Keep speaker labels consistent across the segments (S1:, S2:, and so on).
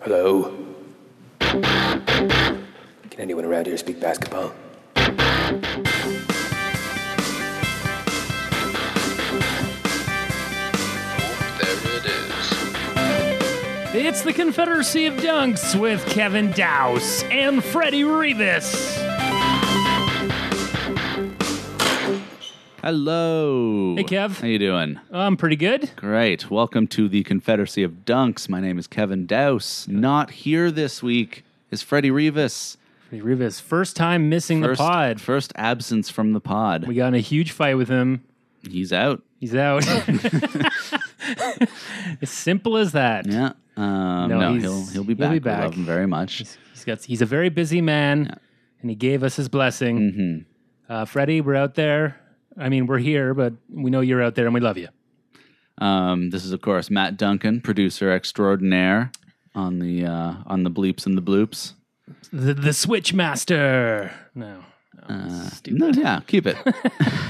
S1: Hello? Can anyone around here speak basketball?
S2: There it is.
S3: It's the Confederacy of Dunks with Kevin Dowse and Freddie Rebus.
S4: Hello.
S3: Hey, Kev.
S4: How you doing?
S3: I'm pretty good.
S4: Great. Welcome to the Confederacy of Dunks. My name is Kevin Douse. Not here this week is Freddie Rivas.
S3: Freddie Rebus, first time missing
S4: First,
S3: the pod.
S4: first absence from the pod.
S3: We got in a huge fight with him.
S4: He's out.
S3: He's out. as simple as that.
S4: Yeah. Um,
S3: No,
S4: no,
S3: he's-
S4: he'll he'll be
S3: he'll
S4: back.
S3: be
S4: We
S3: back.
S4: love him very much.
S3: He's got. He's a very busy man, and he gave us his blessing. Uh, Freddie, we're out there. I mean, we're here, but we know you're out there, and we love you.
S4: Um, this is of course Matt Duncan, producer extraordinaire on the uh, on the bleeps and the bloops.
S3: The, the Switch Master. No.
S4: No, yeah, keep it.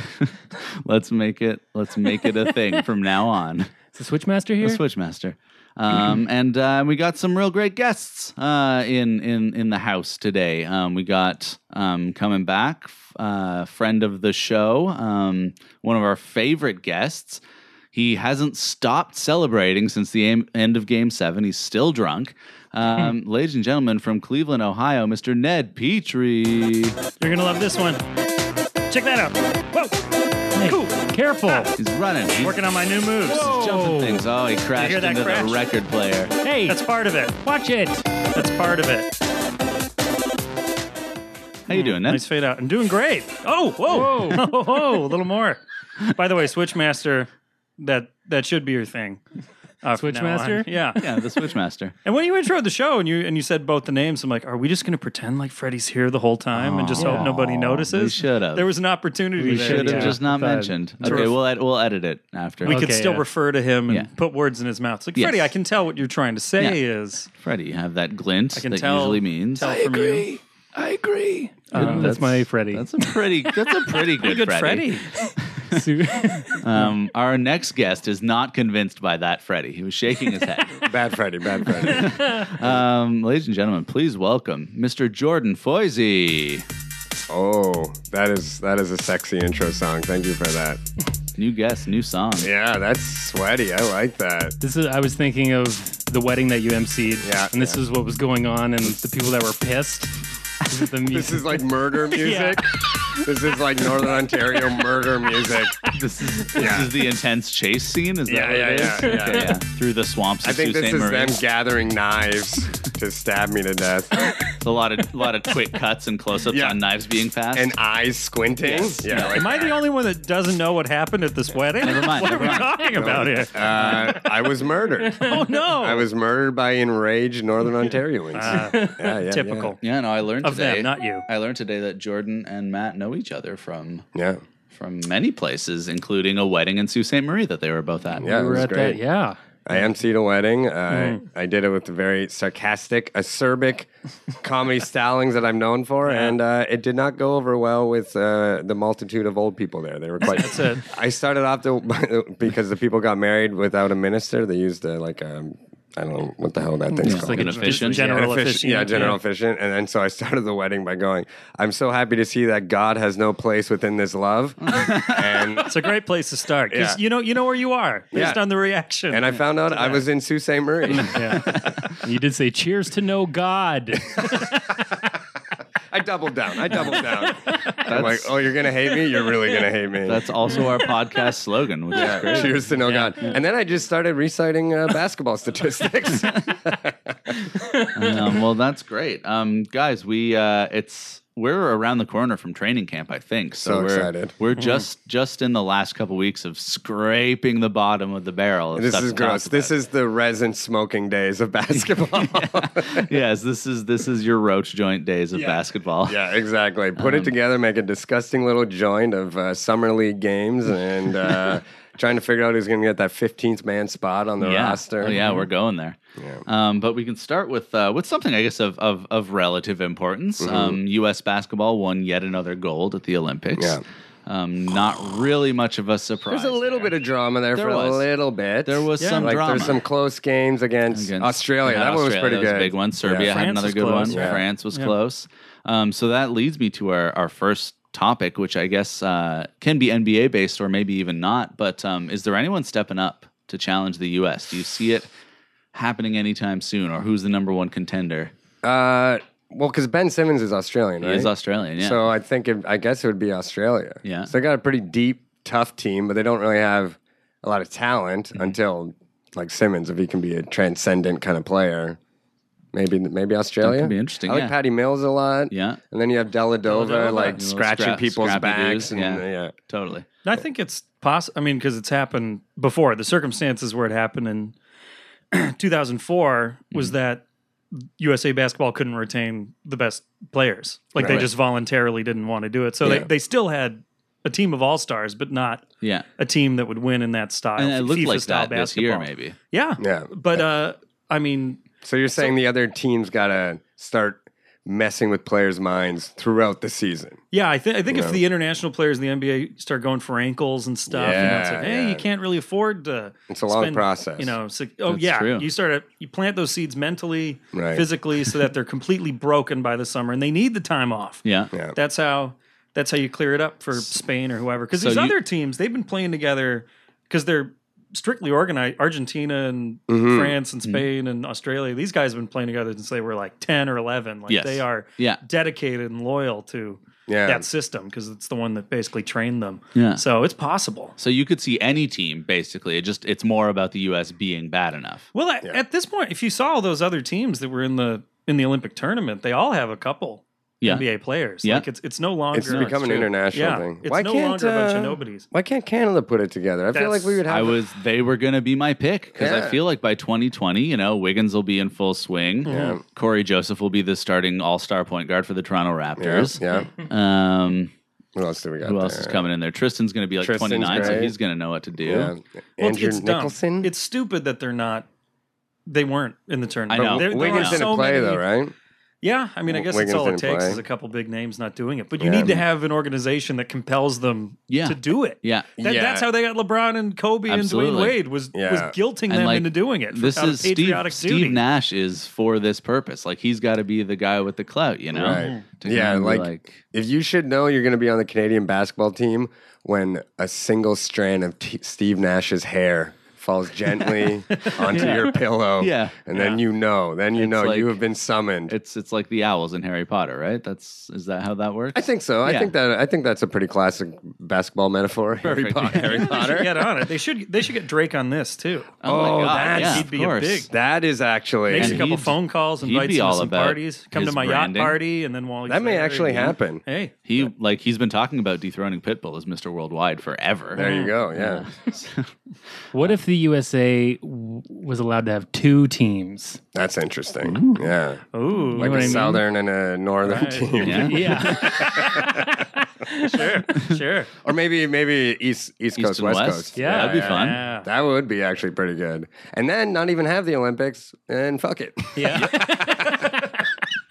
S4: let's make it let's make it a thing from now on.
S3: Is the Switch Master here?
S4: The Switchmaster. Um, and uh, we got some real great guests uh, in in in the house today. Um, we got um, coming back, f- uh, friend of the show, um, one of our favorite guests. He hasn't stopped celebrating since the aim- end of Game Seven. He's still drunk. Um, ladies and gentlemen, from Cleveland, Ohio, Mr. Ned Petrie.
S3: You're gonna love this one. Check that out. Whoa! Cool. Careful.
S4: He's running. He's
S5: Working on my new moves.
S4: jumping things. Oh, he crashed
S5: that
S4: into
S5: crash?
S4: the record player.
S3: Hey,
S5: That's part of it.
S3: watch it.
S1: Uh,
S5: That's part of it.
S4: How you doing, Ned?
S5: Nice fade out. I'm doing great. Oh, whoa. Whoa. a little more. By the way, Switchmaster, that that should be your thing. Uh, from now on.
S3: Switchmaster?
S5: Yeah.
S4: Yeah, the Switchmaster.
S5: And when you introed the show and you and you said both the names, I'm like, are we just going to pretend like Freddie's here the whole time and just hope nobody notices?
S4: we should've.
S5: There was an opportunity
S3: We
S5: there.
S4: Should have
S3: Yeah.
S4: just not
S3: But-
S4: mentioned.
S5: Sort
S4: Okay,
S5: of-
S4: we'll ed- we'll edit it after.
S5: We
S4: Okay.
S5: could
S3: Okay,
S5: still
S3: yeah.
S5: refer to him and
S4: Yeah.
S5: put words in his mouth. It's like,
S4: Yes.
S5: Freddie, I can tell what you're trying to say is.
S4: Freddie, you have that glint
S5: can
S4: that
S5: tell-
S4: usually means.
S5: Tell from you.
S1: I agree.
S3: Um, that's, my Freddy.
S4: That's a pretty. That's a pretty good,
S5: Good
S4: Freddie.
S5: Freddie.
S4: Um, our next guest is not convinced by that Freddie. He was shaking his head.
S1: Bad Friday, bad Friday.
S4: um, ladies and gentlemen, please welcome Mr. Jordan Foisey,
S1: oh, that is that is a sexy intro song. Thank you for that.
S4: new guest, new song.
S1: Yeah, that's sweaty. I like that.
S3: this is. I was thinking of the wedding that you emceed.
S1: Yeah,
S3: And this
S1: yeah.
S3: is what was going on, and the people that were pissed. This is the
S1: This
S3: music.
S1: is like murder music. This is like Northern Ontario murder music.
S4: This is
S1: Yeah.
S4: this is the intense chase scene. Is
S1: Yeah,
S4: that what it
S1: yeah,
S4: is?
S1: yeah, yeah.
S4: Okay, Through the swamps.
S1: I
S4: of
S1: think
S4: Sault
S1: this
S4: Ste.
S1: is
S4: Marie.
S1: them gathering knives to stab me to death.
S4: It's a lot of lot of quick cuts and close-ups
S1: Yeah.
S4: on knives being fast.
S1: And eyes squinting. Yeah. like-
S5: Am I the only one that doesn't know what happened at this wedding?
S4: Never mind,
S5: what are we
S4: never mind.
S5: talking about here?
S1: uh, I was murdered.
S5: Oh no! Ah,
S1: I was murdered by enraged Northern Ontarians. Yeah, yeah,
S5: typical.
S4: Yeah, no, I learned
S5: Of them,
S4: today.
S5: not you.
S4: I learned today that Jordan and Matt know each other from
S1: Yeah.
S4: from many places, including a wedding in Sault Ste. Marie that they were both at.
S1: Yeah,
S3: we were
S1: it was
S3: at
S1: great.
S3: that. Yeah.
S1: I emceed a wedding. Uh, I did it with the very sarcastic, acerbic comedy stylings that I'm known for, and uh, it did not go over well with uh, the multitude of old people there. They were quite. That's
S5: it.
S1: I started off the, because the people got married without a minister. They used uh, like um, I don't know what the hell that thing's called.
S4: like an efficient-
S5: general
S1: Efficient-
S5: efficient.
S1: Yeah, general efficient. And then so I started the wedding by going, I'm so happy to see that God has no place within this love. and
S5: It's a great place to start because
S1: Yeah.
S5: you know you know where you are based
S1: Yeah.
S5: on the reaction.
S1: and I found out I was in Sault Ste. Marie.
S3: You did say cheers to no God.
S1: I doubled down. I doubled down. I'm like, oh, you're gonna hate me? You're really gonna hate me.
S4: That's also our podcast slogan, which is
S1: yeah.
S4: great.
S1: Cheers to no God. And then I just started reciting uh, basketball statistics.
S4: Um, well, that's great, um, guys. We uh, it's we're around the corner from training camp, I think. So,
S1: So
S4: we're,
S1: excited.
S4: We're
S5: Mm-hmm.
S4: just just in the last couple weeks of scraping the bottom of the barrel. of
S1: this
S4: stuff
S1: is
S4: to talk
S1: gross. This
S4: about.
S1: is the resin smoking days of basketball.
S4: yes. This is this is your roach joint days of basketball.
S1: Yeah, exactly. Put
S4: Um,
S1: it together, make a disgusting little joint of uh, summer league games, and uh, trying to figure out who's going to get that 15th man spot on the
S4: yeah.
S1: roster. Mm-hmm.
S4: Oh, yeah, we're going there. Um, but we can start with uh, with something I guess of of,
S1: Mm-hmm.
S4: of relative importance. Um, U.S. basketball won yet another gold at the Olympics.
S1: Yeah.
S4: Um, not really much of a surprise.
S1: There's a little bit of drama there,
S4: There
S1: for
S4: was.
S1: a little bit.
S4: There was
S5: Yeah.
S4: some
S1: like
S4: drama.
S1: there's some close games against,
S4: against-
S1: Australia.
S4: yeah,
S1: that one was
S4: Australia
S1: pretty
S4: a
S1: good.
S4: big one. Serbia
S1: Yeah.
S4: had
S5: France
S4: another
S5: was
S4: good
S5: close,
S4: one.
S1: yeah.
S4: France was
S5: Yeah.
S4: close. Um, so that leads me to our, our first topic, which I guess uh, can be NBA based or maybe even not. But um, is there anyone stepping up to challenge the U.S.? Do you see it happening anytime soon, or who's the number one contender?
S1: Uh, well, because Ben Simmons is Australian, right?
S4: He is Australian, yeah.
S1: So I think it, I guess it would be Australia.
S4: Yeah.
S1: So they got a pretty deep, tough team, but they don't really have a lot of talent
S4: Mm-hmm.
S1: until like Simmons, if he can be a transcendent kind of player. Maybe maybe Australia.
S4: That could be interesting,
S1: I like
S4: yeah.
S1: Patty Mills a lot.
S4: Yeah.
S1: And then you have Deladova
S5: Dellavedova.
S1: like
S4: Little
S1: scratching
S4: scrap-
S1: people's
S4: scrappy
S1: backs
S4: dudes,
S1: and
S4: yeah.
S1: yeah.
S4: totally.
S5: I think it's possible. I mean, because it's happened before. The circumstances where it happened in 2004
S4: Mm-hmm.
S5: was that USA basketball couldn't retain the best players. Like they
S1: Right.
S5: just voluntarily didn't want to do it. So they,
S1: Yeah.
S5: they still had a team of all stars, but not
S4: Yeah.
S5: a team that would win in that style.
S4: And it looked like
S5: FIFA-style
S4: that this year,
S5: basketball.
S4: maybe.
S5: Yeah.
S1: Yeah.
S5: But uh, I mean,
S1: So you're saying the other team's gotta start messing with players' minds throughout the season.
S5: Yeah, I think I think if
S1: Yeah.
S5: the international players in the NBA start going for ankles and stuff, you know, it's
S1: Yeah,
S5: like, hey,
S1: yeah.
S5: you can't really afford to.
S1: It's a long process.
S5: you know. Six, oh
S4: That's
S5: yeah,
S4: true.
S5: you start at, you plant those seeds mentally,
S1: Right.
S5: physically, so that they're completely broken by the summer, and they need the time off.
S4: Yeah.
S1: Yeah.
S5: that's how that's how you clear it up for Spain or whoever. Because
S4: so
S5: these
S4: you-
S5: other teams, they've been playing together because they're strictly organized. Argentina and
S1: Mhm.
S5: France
S4: Mm-hmm.
S5: and Spain and Australia. These guys have been playing together since they were like ten or eleven. Like
S4: Yes.
S5: they are
S4: Yeah.
S5: dedicated and loyal to
S1: Yeah.
S5: that system because it's the one that basically trained them.
S4: Yeah.
S5: So it's possible.
S4: So you could see any team basically. It just it's more about the U.S. being bad enough.
S5: Well, at,
S1: Yeah.
S5: at this point, if you saw all those other teams that were in the in the Olympic tournament, they all have a couple
S4: Yeah.
S5: NBA players.
S4: Yeah.
S5: Like it's it's no longer
S1: It's become an
S5: true.
S1: international
S5: yeah,
S1: thing.
S5: It's
S1: Why
S5: no
S1: can't,
S5: longer a bunch
S1: uh,
S5: of nobodies.
S1: Why can't Canada put it together? I feel like we would have
S4: I was. They were going to be my pick because I
S1: Yeah.
S4: feel like by 2020, you know, Wiggins will be in full swing.
S1: Yeah.
S4: Corey Joseph will be the starting all-star point guard for the Toronto
S1: Yeah,
S4: Raptors.
S1: yeah.
S4: Um,
S1: What else do we got?
S4: who else is
S1: there?
S4: coming in there? Tristan's going to be like
S1: Tristan's
S4: 29, so
S1: great.
S4: he's going to know what to do.
S1: Yeah.
S5: Well,
S1: Andrew
S5: it's dumb.
S1: Nicholson.
S5: It's stupid that they're not. They weren't in the tournament.
S4: I know.
S5: There- there
S1: Wiggins
S5: are
S1: didn't
S5: so
S1: play
S5: many-
S1: though, right?
S5: Yeah, I mean, I guess
S1: Wiggins
S5: it's all it
S1: didn't
S5: takes
S1: play.
S5: is a couple big names not doing it. But you
S1: Yeah.
S5: need to have an organization that compels them
S4: Yeah.
S5: to do it.
S4: Yeah.
S5: That,
S1: Yeah.
S5: That's how they got LeBron and Kobe and
S4: Absolutely.
S5: Dwayne Wade was was
S1: Yeah.
S5: guilting
S4: And,
S5: them
S4: like,
S5: into doing it. for-
S4: This
S5: out of
S4: is Steve.
S5: patriotic duty.
S4: Steve Nash is for this purpose. Like he's got to be the guy with the clout, you know.
S1: Right.
S5: Mm-hmm.
S4: To
S1: Yeah,
S4: kinda be
S1: like, if you should know you're going to be on the Canadian basketball team when a single strand of t- Steve Nash's hair falls gently onto your pillow.
S4: Yeah.
S1: and then you know, then you
S4: It's
S1: know you
S4: like-
S1: have been summoned.
S4: it's it's like the owls in Harry Potter, right? That's is that how that works?
S1: I think so.
S4: Yeah.
S1: I think that I think that's a pretty classic basketball metaphor. Harry,
S4: Perfect.
S1: Po-
S5: Yeah,
S1: Harry
S5: They should
S1: Potter.
S5: get on it. They should. They should get Drake on this too.
S4: Oh,
S1: Oh,
S4: my God.
S1: that's-
S4: yeah,
S5: he'd
S4: of
S5: be a
S4: course.
S5: big-
S1: That is actually
S5: Makes
S4: And
S5: a couple
S4: he'd-
S5: phone calls,
S4: he'd
S5: invites
S4: be
S5: him to
S4: all
S5: some
S4: about
S5: parties. Come to
S4: his
S5: my
S4: branding.
S5: yacht party, and then while he's
S1: that may
S5: there,
S1: actually
S5: you-
S1: happen.
S5: Hey,
S4: He like he's been talking about dethroning Pitbull as Mr. Worldwide forever.
S1: There you go. Yeah.
S3: What if the USA w- was allowed to have two teams?
S1: That's interesting. Yeah.
S5: ooh,
S1: Like
S3: what I
S1: a
S3: mean?
S1: southern and a northern
S5: Right.
S1: team.
S4: Yeah.
S3: Yeah.
S5: sure, sure.
S1: Or maybe maybe east east,
S4: East
S1: coast,
S4: and
S1: west,
S4: West.
S1: coast.
S3: Yeah.
S4: that'd be fun.
S5: Yeah.
S1: That would be actually pretty good. And then not even have the Olympics and fuck it.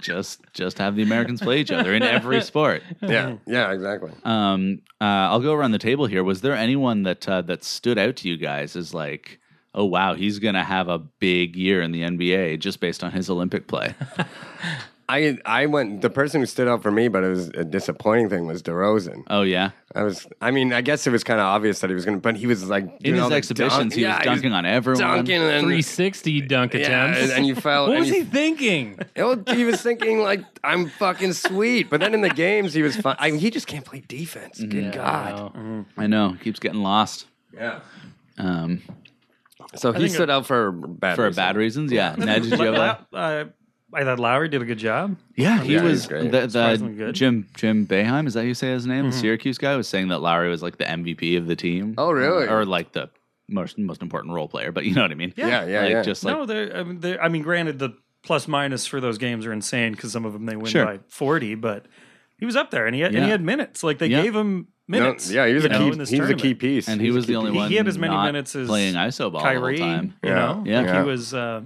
S4: Just just have the Americans play each other in every sport.
S1: yeah. Yeah, exactly.
S4: Um, uh, I'll go around the table here. Was there anyone that uh, that stood out to you guys as like, oh wow, he's gonna have a big year in the NBA just based on his Olympic play?
S1: I I went the person who stood out for me, but it was a disappointing thing was DeRozan.
S4: Oh yeah,
S1: I was I mean, I guess it was kinda obvious that he was gonna but he was like
S4: in
S1: doing all
S4: his
S1: the
S4: exhibitions,
S1: dunk-
S4: he
S1: yeah,
S4: was dunking on everyone.
S1: dunking and
S3: 360 dunk
S1: yeah,
S3: attempts.
S1: and, and you fell
S3: what
S1: and
S3: was
S1: you
S3: he thinking?
S1: Well, oh, he was thinking like I'm fucking sweet, but then in the games he was fine. I mean, he just can't play defense. Good God.
S4: I know, keeps getting lost.
S1: Yeah.
S4: Um,
S1: So he stood out for a bad
S4: for
S1: reason.
S4: bad reasons, yeah. Ned, did you have a-
S5: La- uh, I thought Lowry did a good job.
S4: Yeah, he
S1: Oh, Yeah,
S4: was
S1: he's great.
S4: the,
S5: Surprisingly
S4: the
S5: good. Mm-hmm.
S4: Jim Jim Beheim. Is that how you say his name? The Syracuse guy was saying that Lowry was like the MVP of the team. Uh,
S1: Oh, really?
S4: Or, or, like the most most important role player. But you know what I mean?
S1: Yeah, yeah,
S4: Like,
S1: yeah.
S4: Just like
S5: no, they're, I, mean, they're, I mean, granted, the plus minus for those games are insane because some of them they win
S4: Sure.
S5: by forty, but he was up there and he had,
S4: Yeah.
S5: and he had minutes. Like they
S4: Yeah.
S5: gave him
S1: No,
S5: minutes.
S1: yeah, he was
S5: you
S1: a
S5: know,
S1: key.
S5: in this
S1: He was a key
S5: tournament.
S1: piece,
S4: and he was the only
S5: He-
S4: one.
S5: he had as many
S4: not
S5: minutes as
S4: playing iso ball the whole
S5: Kyrie,
S4: time.
S5: you
S1: Yeah.
S5: know,
S4: Yeah.
S5: Like,
S1: Yeah.
S5: he was. Uh,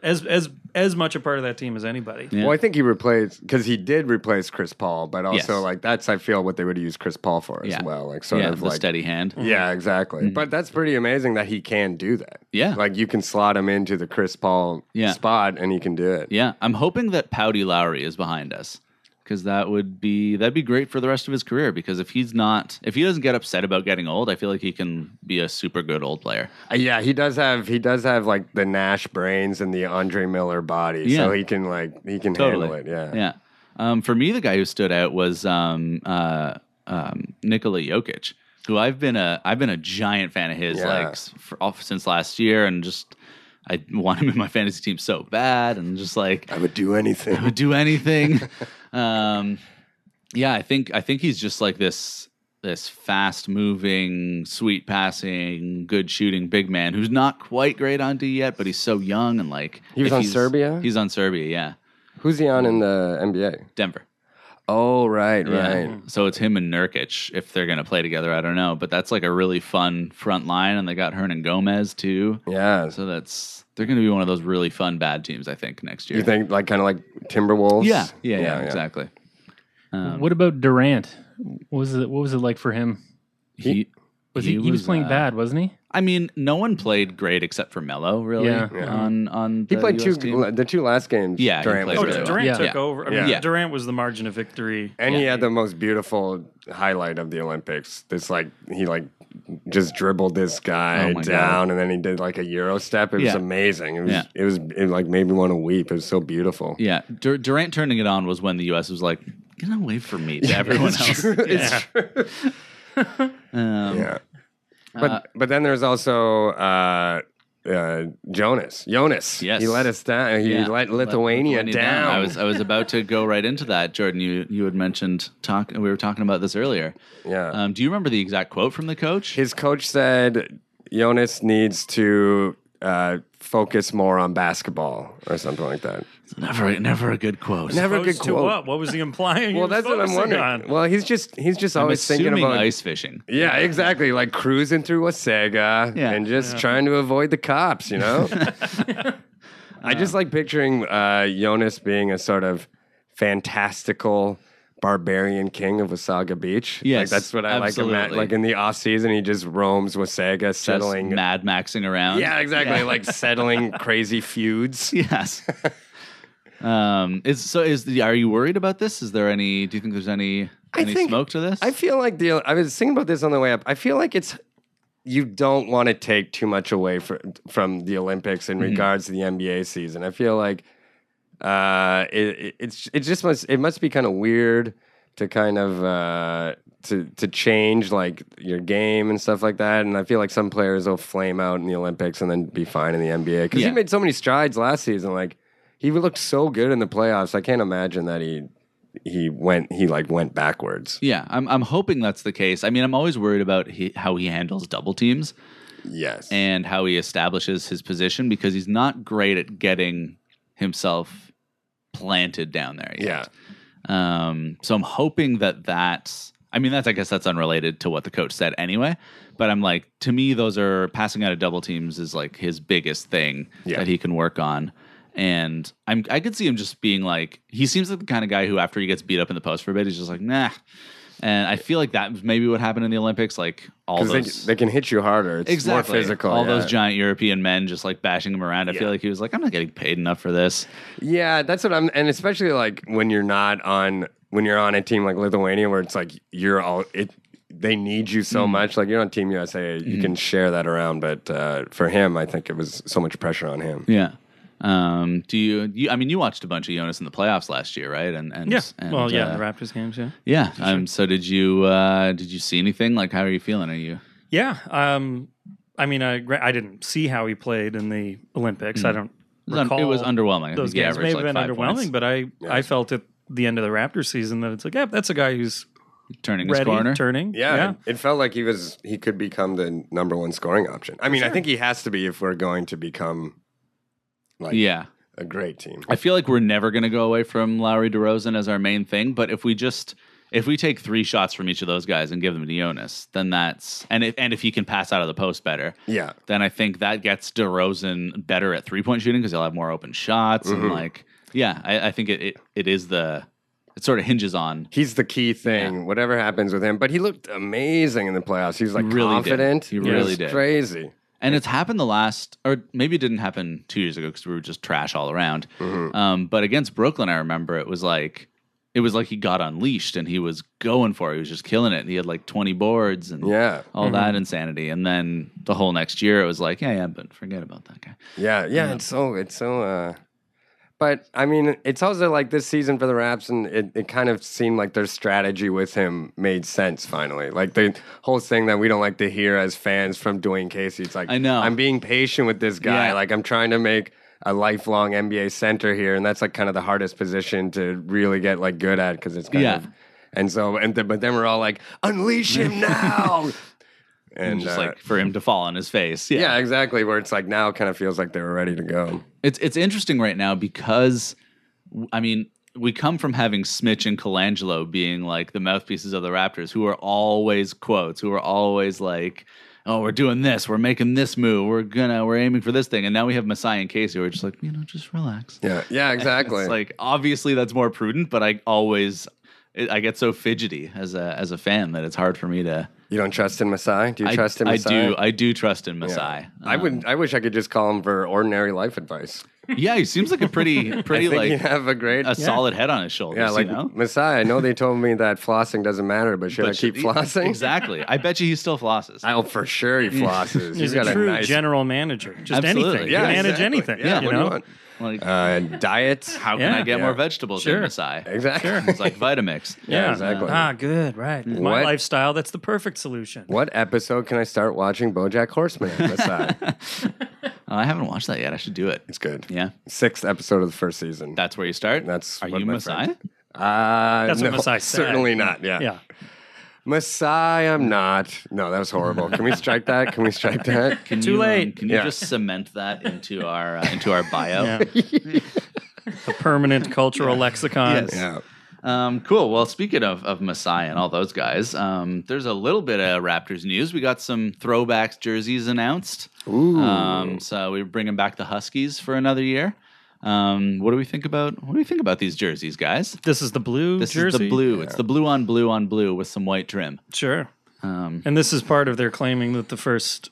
S5: as as as much a part of that team as anybody.
S4: Yeah.
S1: Well, I think he replaced because he did replace Chris Paul, but also
S4: Yes.
S1: like that's I feel what they would use Chris Paul for as
S4: Yeah.
S1: well, like sort
S4: yeah,
S1: of
S4: the
S1: like
S4: steady hand.
S1: yeah, exactly. But that's pretty amazing that he can do that.
S4: Yeah.
S1: like you can slot him into the Chris Paul
S4: Yeah.
S1: spot and he can do it.
S4: Yeah, I'm hoping that Pouty Lowry is behind us because that would be that'd be great for the rest of his career. Because if he's not, if he doesn't get upset about getting old, I feel like he can be a super good old player.
S1: Uh, Yeah, he does have he does have like the Nash brains and the Andre Miller body, so
S4: Yeah.
S1: he can like he can handle it. Yeah,
S4: yeah. Um, for me, the guy who stood out was um, uh, um, Nikola Jokic, who I've been a I've been a giant fan of his
S1: Yeah.
S4: like s- for, off, since last year, and just I want him in my fantasy team so bad, and just like
S1: I would do
S4: I
S1: anything.
S4: would do anything. um, yeah, I think I think he's just like this this fast moving, sweet passing, good shooting big man who's not quite great on D yet, but he's so young and like
S1: He was
S4: if
S1: on
S4: he's-
S1: Serbia?
S4: He's on Serbia, yeah,
S1: Who's he on in the NBA?
S4: Denver.
S1: Oh, right,
S4: Yeah.
S1: right.
S4: Mm-hmm. So it's him and Nurkic if they're gonna play together. I don't know, but that's like a really fun front line, and they got Hernan Gomez too.
S1: Yeah.
S4: So that's they're gonna be one of those really fun bad teams, I think, next year.
S1: You think like kind of like Timberwolves?
S4: Yeah, yeah, yeah, exactly. Um,
S3: what about Durant? What was it? What was it like for him?
S4: he
S3: Was he? He was, playing
S4: uh,
S3: bad, wasn't he?
S4: I mean, no one played great except for Mello, really.
S3: Yeah.
S1: Yeah.
S4: On on
S1: He
S4: the
S1: played
S4: US
S1: two
S4: team.
S1: the two last games.
S4: Yeah, he
S1: Durant
S4: played
S5: Oh,
S1: was
S4: really
S1: good.
S4: well.
S5: Durant
S3: Yeah.
S5: took over. I mean,
S1: Yeah.
S5: Durant was the margin of victory.
S1: And he
S4: Yeah.
S1: had the most beautiful highlight of the Olympics. This like he like just dribbled this guy
S4: Oh my
S1: down, and then he did like a euro step. It was
S4: Yeah.
S1: amazing. It was
S4: Yeah.
S1: it was it like made me want to weep. It was so beautiful.
S4: Yeah, Dur- Durant turning it on was when the U.S. was like, "Get away from me!" To everyone else.
S1: It's true.
S4: Um, uh,
S1: Yeah. But but then there's also uh, uh, Jonas. Jonas.
S4: Yes.
S1: He let us down. He
S4: yeah.
S1: let Lithuania down.
S4: I was I was about to go right into that, Jordan. You you had mentioned talk. We were talking about this earlier.
S1: yeah.
S4: Um, do you remember the exact quote from the coach?
S1: His coach said Jonas needs to uh, focus more on basketball or something like that.
S4: never never a good quote.
S1: Never a good
S5: Opposed to
S1: quote.
S5: what? What was he implying? he
S1: Well,
S5: was
S1: that's what I'm
S5: focusing
S1: wondering.
S5: on?
S1: Well, he's just he's just
S4: I'm
S1: always thinking
S4: assuming
S1: about
S4: ice fishing.
S1: Yeah, exactly. Like cruising through Wasaga
S4: Yeah.
S1: and just trying to avoid the cops, you know? I just like picturing uh, Jonas being a sort of fantastical barbarian king of Wasaga Beach. Like,
S4: Yes,
S1: that's what I like. ima-
S4: absolutely.
S1: Like in the off season, he just roams Wasaga, settling.
S4: Just Mad Maxing around.
S1: yeah, exactly. Like settling crazy feuds.
S4: Yes. um. Is so. Is the, are you worried about this? Is there any? Do you think there's any
S1: I
S4: any
S1: think-
S4: smoke to this?
S1: I feel like the I was thinking about this on the way up. I feel like it's you don't want to take too much away fr- from the Olympics in regards to the NBA season. I feel like uh, it, it- it's it just must it must be kind of weird to kind of uh, to to change like your game and stuff like that. And I feel like some players will flame out in the Olympics and then be fine in the NBA because
S4: Yeah.
S1: he made so many strides last season. Like he looked so good in the playoffs. I can't imagine that he he went he like went backwards.
S4: yeah. I'm. I'm hoping that's the case. I mean, I'm always worried about he, how he handles double teams
S1: Yes.
S4: and how he establishes his position because he's not great at getting himself planted down there. Yet.
S1: yeah.
S4: Um, so I'm hoping that that's. I mean, that's. I guess that's unrelated to what the coach said anyway. But I'm like, to me, those are passing out of double teams is like his biggest thing
S1: Yeah.
S4: that he can work on. And I'm. I could see him just being like, he seems like the kind of guy who, after he gets beat up in the post for a bit, he's just like, nah. And I feel like that was maybe what happened in the Olympics. Like all
S1: Because they,
S4: those.
S1: they can hit you harder. It's
S4: Exactly.
S1: more physical.
S4: All
S1: yeah.
S4: those giant European men just like bashing him around. I feel like he was like, I'm not getting paid enough for this.
S1: Yeah, that's what I'm. And especially like when you're not on, when you're on a team like Lithuania where it's like you're all, it, they need you
S4: Mm.
S1: so much. Like you're on Team USA, you
S4: Mm-hmm.
S1: can share that around. But uh, for him, I think it was so much pressure on him.
S4: Yeah. Um, do you, you? I mean, you watched a bunch of Jonas in the playoffs last year, right? And, and
S5: yeah.
S4: and,
S5: well, yeah,
S4: uh,
S5: the Raptors games. Yeah.
S4: yeah. Um, so did you? Uh, did you see anything? Like, how are you feeling? Are you?
S5: Yeah. Um, I mean, I gra- I didn't see how he played in the Olympics. I
S4: Hmm.
S5: don't.
S4: It was, un-
S5: recall
S4: it was underwhelming. I
S5: Those
S4: think he
S5: games may
S4: averaged, like,
S5: have
S4: five
S5: been underwhelming,
S4: points.
S5: but I I felt at the end of the Raptors season that it's like, yeah, that's a guy who's
S4: turning his
S5: ready,
S4: corner.
S5: turning.
S1: Yeah, It, it felt like he was he could become the number one scoring option. I mean, I think he has to be if we're going to become like
S4: yeah.
S1: a great team.
S4: I feel like we're never going to go away from Lowry DeRozan as our main thing, but if we just if we take three shots from each of those guys and give them to Jonas, then that's and if and if he can pass out of the post better,
S1: Yeah.
S4: then I think that gets DeRozan better at three point shooting because he'll have more open shots
S1: Mm-hmm.
S4: and like yeah, I, I think it, it it is the it sort of hinges on
S1: He's the key thing. Whatever happens with him, but he looked amazing in the playoffs. He's like
S4: Really did.
S1: confident.
S4: He
S1: It's
S4: really did.
S1: Crazy.
S4: and it's happened the last or maybe it didn't happen two years ago because we were just trash all around.
S1: Mm-hmm.
S4: Um, but against Brooklyn, I remember it was like it was like he got unleashed and he was going for it. He was just killing it. And he had like twenty boards and
S1: Yeah. Mm-hmm.
S4: all that insanity. And then the whole next year, it was like, yeah, yeah, but forget about that guy.
S1: Yeah, yeah, it's so it's so uh but I mean it's also like this season for the Raps and it, it kind of seemed like their strategy with him made sense finally. Like the whole thing that we don't like to hear as fans from Dwayne Casey. It's like
S4: I know.
S1: I'm being patient with this guy.
S4: Yeah.
S1: Like I'm trying to make a lifelong NBA center here, and that's like kind of the hardest position to really get like good at because it's kind
S4: Yeah.
S1: of and so and th- but then we're all like unleash him now, and,
S4: And just
S1: uh,
S4: like for him to fall on his face.
S1: yeah, exactly. Where it's like now kind of feels like they were ready to go.
S4: It's it's interesting right now because I mean, we come from having Smitch and Colangelo being like the mouthpieces of the Raptors, who are always quotes, who are always like, "Oh, we're doing this, we're making this move, we're gonna, we're aiming for this thing," and now we have Masai and Casey, who are just like, you know, just relax.
S1: Yeah, yeah, exactly.
S4: It's like obviously that's more prudent, but I always. it- I get so fidgety as a as a fan that it's hard for me to.
S1: you don't trust in Masai? Do you
S4: I,
S1: trust in
S4: I
S1: Masai?
S4: do. I do trust in
S1: Yeah.
S4: Masai.
S1: I
S4: Um,
S1: would. I wish I could just call him for ordinary life advice.
S4: Yeah, he seems like a pretty
S1: I
S4: pretty
S1: think
S4: like
S1: you have a great.
S4: a solid head on his shoulders.
S1: yeah, like
S4: you know?
S1: Masai. I know they told me that flossing doesn't matter, but should I
S4: But
S1: keep
S4: he-
S1: flossing?
S4: Exactly. I bet you he still flosses.
S1: Oh, for sure he flosses.
S5: He's
S1: He's
S5: a
S1: got
S5: true
S1: a nice.
S5: general manager. Just
S4: Absolutely.
S5: anything.
S4: Yeah,
S5: Yeah, manage
S1: exactly.
S5: anything.
S1: Yeah,
S5: you
S1: what
S5: know.
S1: do you want?
S4: like,
S1: Uh, diets.
S4: how can
S5: yeah.
S4: I get
S1: Yeah.
S4: more vegetables
S5: Sure.
S4: in Masai?
S1: Exactly.
S4: It's like Vitamix.
S5: Yeah.
S1: exactly.
S4: Uh,
S5: Ah, good. Right.
S1: What?
S5: My lifestyle. That's the perfect solution.
S1: what episode can I start watching BoJack Horseman? Masai.
S4: Oh, I haven't watched that yet. I should do it.
S1: it's good.
S4: Yeah.
S1: Sixth episode of the first season.
S4: That's where you start.
S1: That's
S4: Are
S1: what
S4: you
S1: my
S4: Masai?
S1: friend- uh,
S5: That's what
S1: no,
S5: Masai said.
S1: Certainly not. Yeah.
S5: Yeah.
S1: Masai, I'm not. No, that was horrible. Can we strike that? Can we strike that?
S4: Can
S5: Too
S4: you, um,
S5: late.
S4: can you
S1: Yeah.
S4: just cement that into our uh, into our bio?
S5: Yeah. the permanent cultural lexicon.
S4: Yes.
S1: Yeah.
S4: Um, cool. Well, speaking of, of Masai and all those guys, um, there's a little bit of Raptors news. We got some throwbacks jerseys announced.
S1: Ooh.
S4: Um, so we're bringing back the Huskies for another year. Um, what do we think about what do we think about these jerseys, guys?
S5: This is the blue
S4: This
S5: jersey.
S4: is the blue. It's the blue on blue on blue with some white trim.
S5: Sure.
S4: Um,
S5: And this is part of their claiming that the first.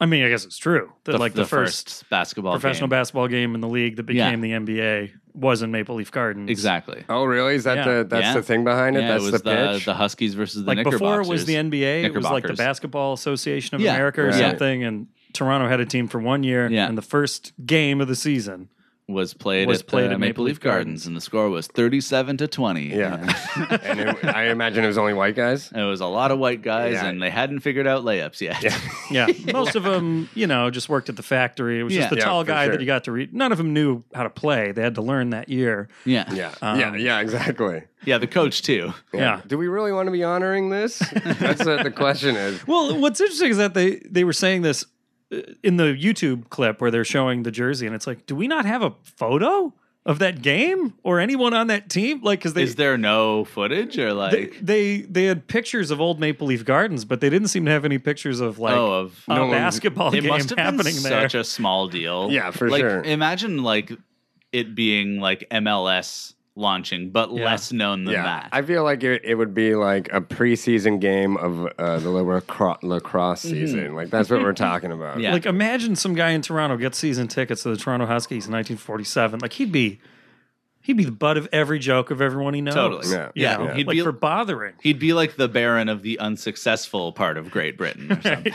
S5: I mean, I guess it's true that like the, first,
S4: basketball
S5: professional
S4: game.
S5: basketball game in the league that
S4: Yeah.
S5: became the NBA was in Maple Leaf Gardens.
S4: Exactly.
S1: Oh, really? Is that
S5: Yeah.
S1: the that's
S4: Yeah.
S1: the thing behind it?
S4: Yeah,
S1: that's
S4: it was
S1: the
S4: the,
S1: pitch.
S4: the Huskies versus the
S5: Like before it was the
S4: Knickerbockers.
S5: NBA, it was like the
S4: Knickerbockers.
S5: Basketball Association of
S4: Yeah.
S5: America or
S1: Right.
S5: something, and Toronto had a team for one year,
S4: Yeah.
S5: and the first game of the season.
S4: was played
S5: was
S4: at
S5: played
S4: the
S5: at
S4: Maple Leaf Gardens, and the score was thirty-seven to twenty.
S1: yeah. and it, I imagine it was only white guys.
S4: And it was a lot of white guys,
S1: Yeah.
S4: and they hadn't figured out layups yet.
S5: Yeah, most of them, you know, just worked at the factory. It was
S4: Yeah.
S5: just the
S1: Yeah,
S5: tall
S1: for
S5: guy
S1: sure.
S5: that you got to read. None of them knew how to play. They had to learn that year.
S4: yeah,
S1: Yeah.
S5: Um,
S1: yeah. Yeah. Exactly.
S4: Yeah, The coach too.
S5: Yeah.
S1: Do we really want to be honoring this? that's what the question is.
S5: Well, what's interesting is that they they were saying this uh, in the YouTube clip where they're showing the jersey, and it's like, do we not have a photo of that game or anyone on that team? Like, because they.
S4: Is there no footage or
S5: they,
S4: like
S5: they they had pictures of old Maple Leaf Gardens, but they didn't seem to have any pictures of like
S4: oh of
S5: a basketball
S4: it
S5: game
S4: must have
S5: happening
S4: been
S5: there.
S4: such a small deal.
S1: Yeah, for
S4: like,
S1: sure.
S4: Imagine like it being like MLS launching, but
S5: Yeah.
S4: less known than
S1: yeah.
S4: that.
S1: I feel like it, it would be like a preseason game of uh, the lacrosse, lacrosse season. Like that's what we're talking about.
S4: Mm-hmm. Yeah.
S5: Like, imagine some guy in Toronto gets season tickets to the Toronto Huskies in 1947. Like, he'd be he'd be the butt of every joke of everyone he knows.
S4: Totally.
S1: Yeah.
S5: You
S4: Yeah.
S5: know?
S4: He'd
S5: like
S4: be-
S5: for bothering.
S4: He'd be like the Baron of the unsuccessful part of Great Britain or something.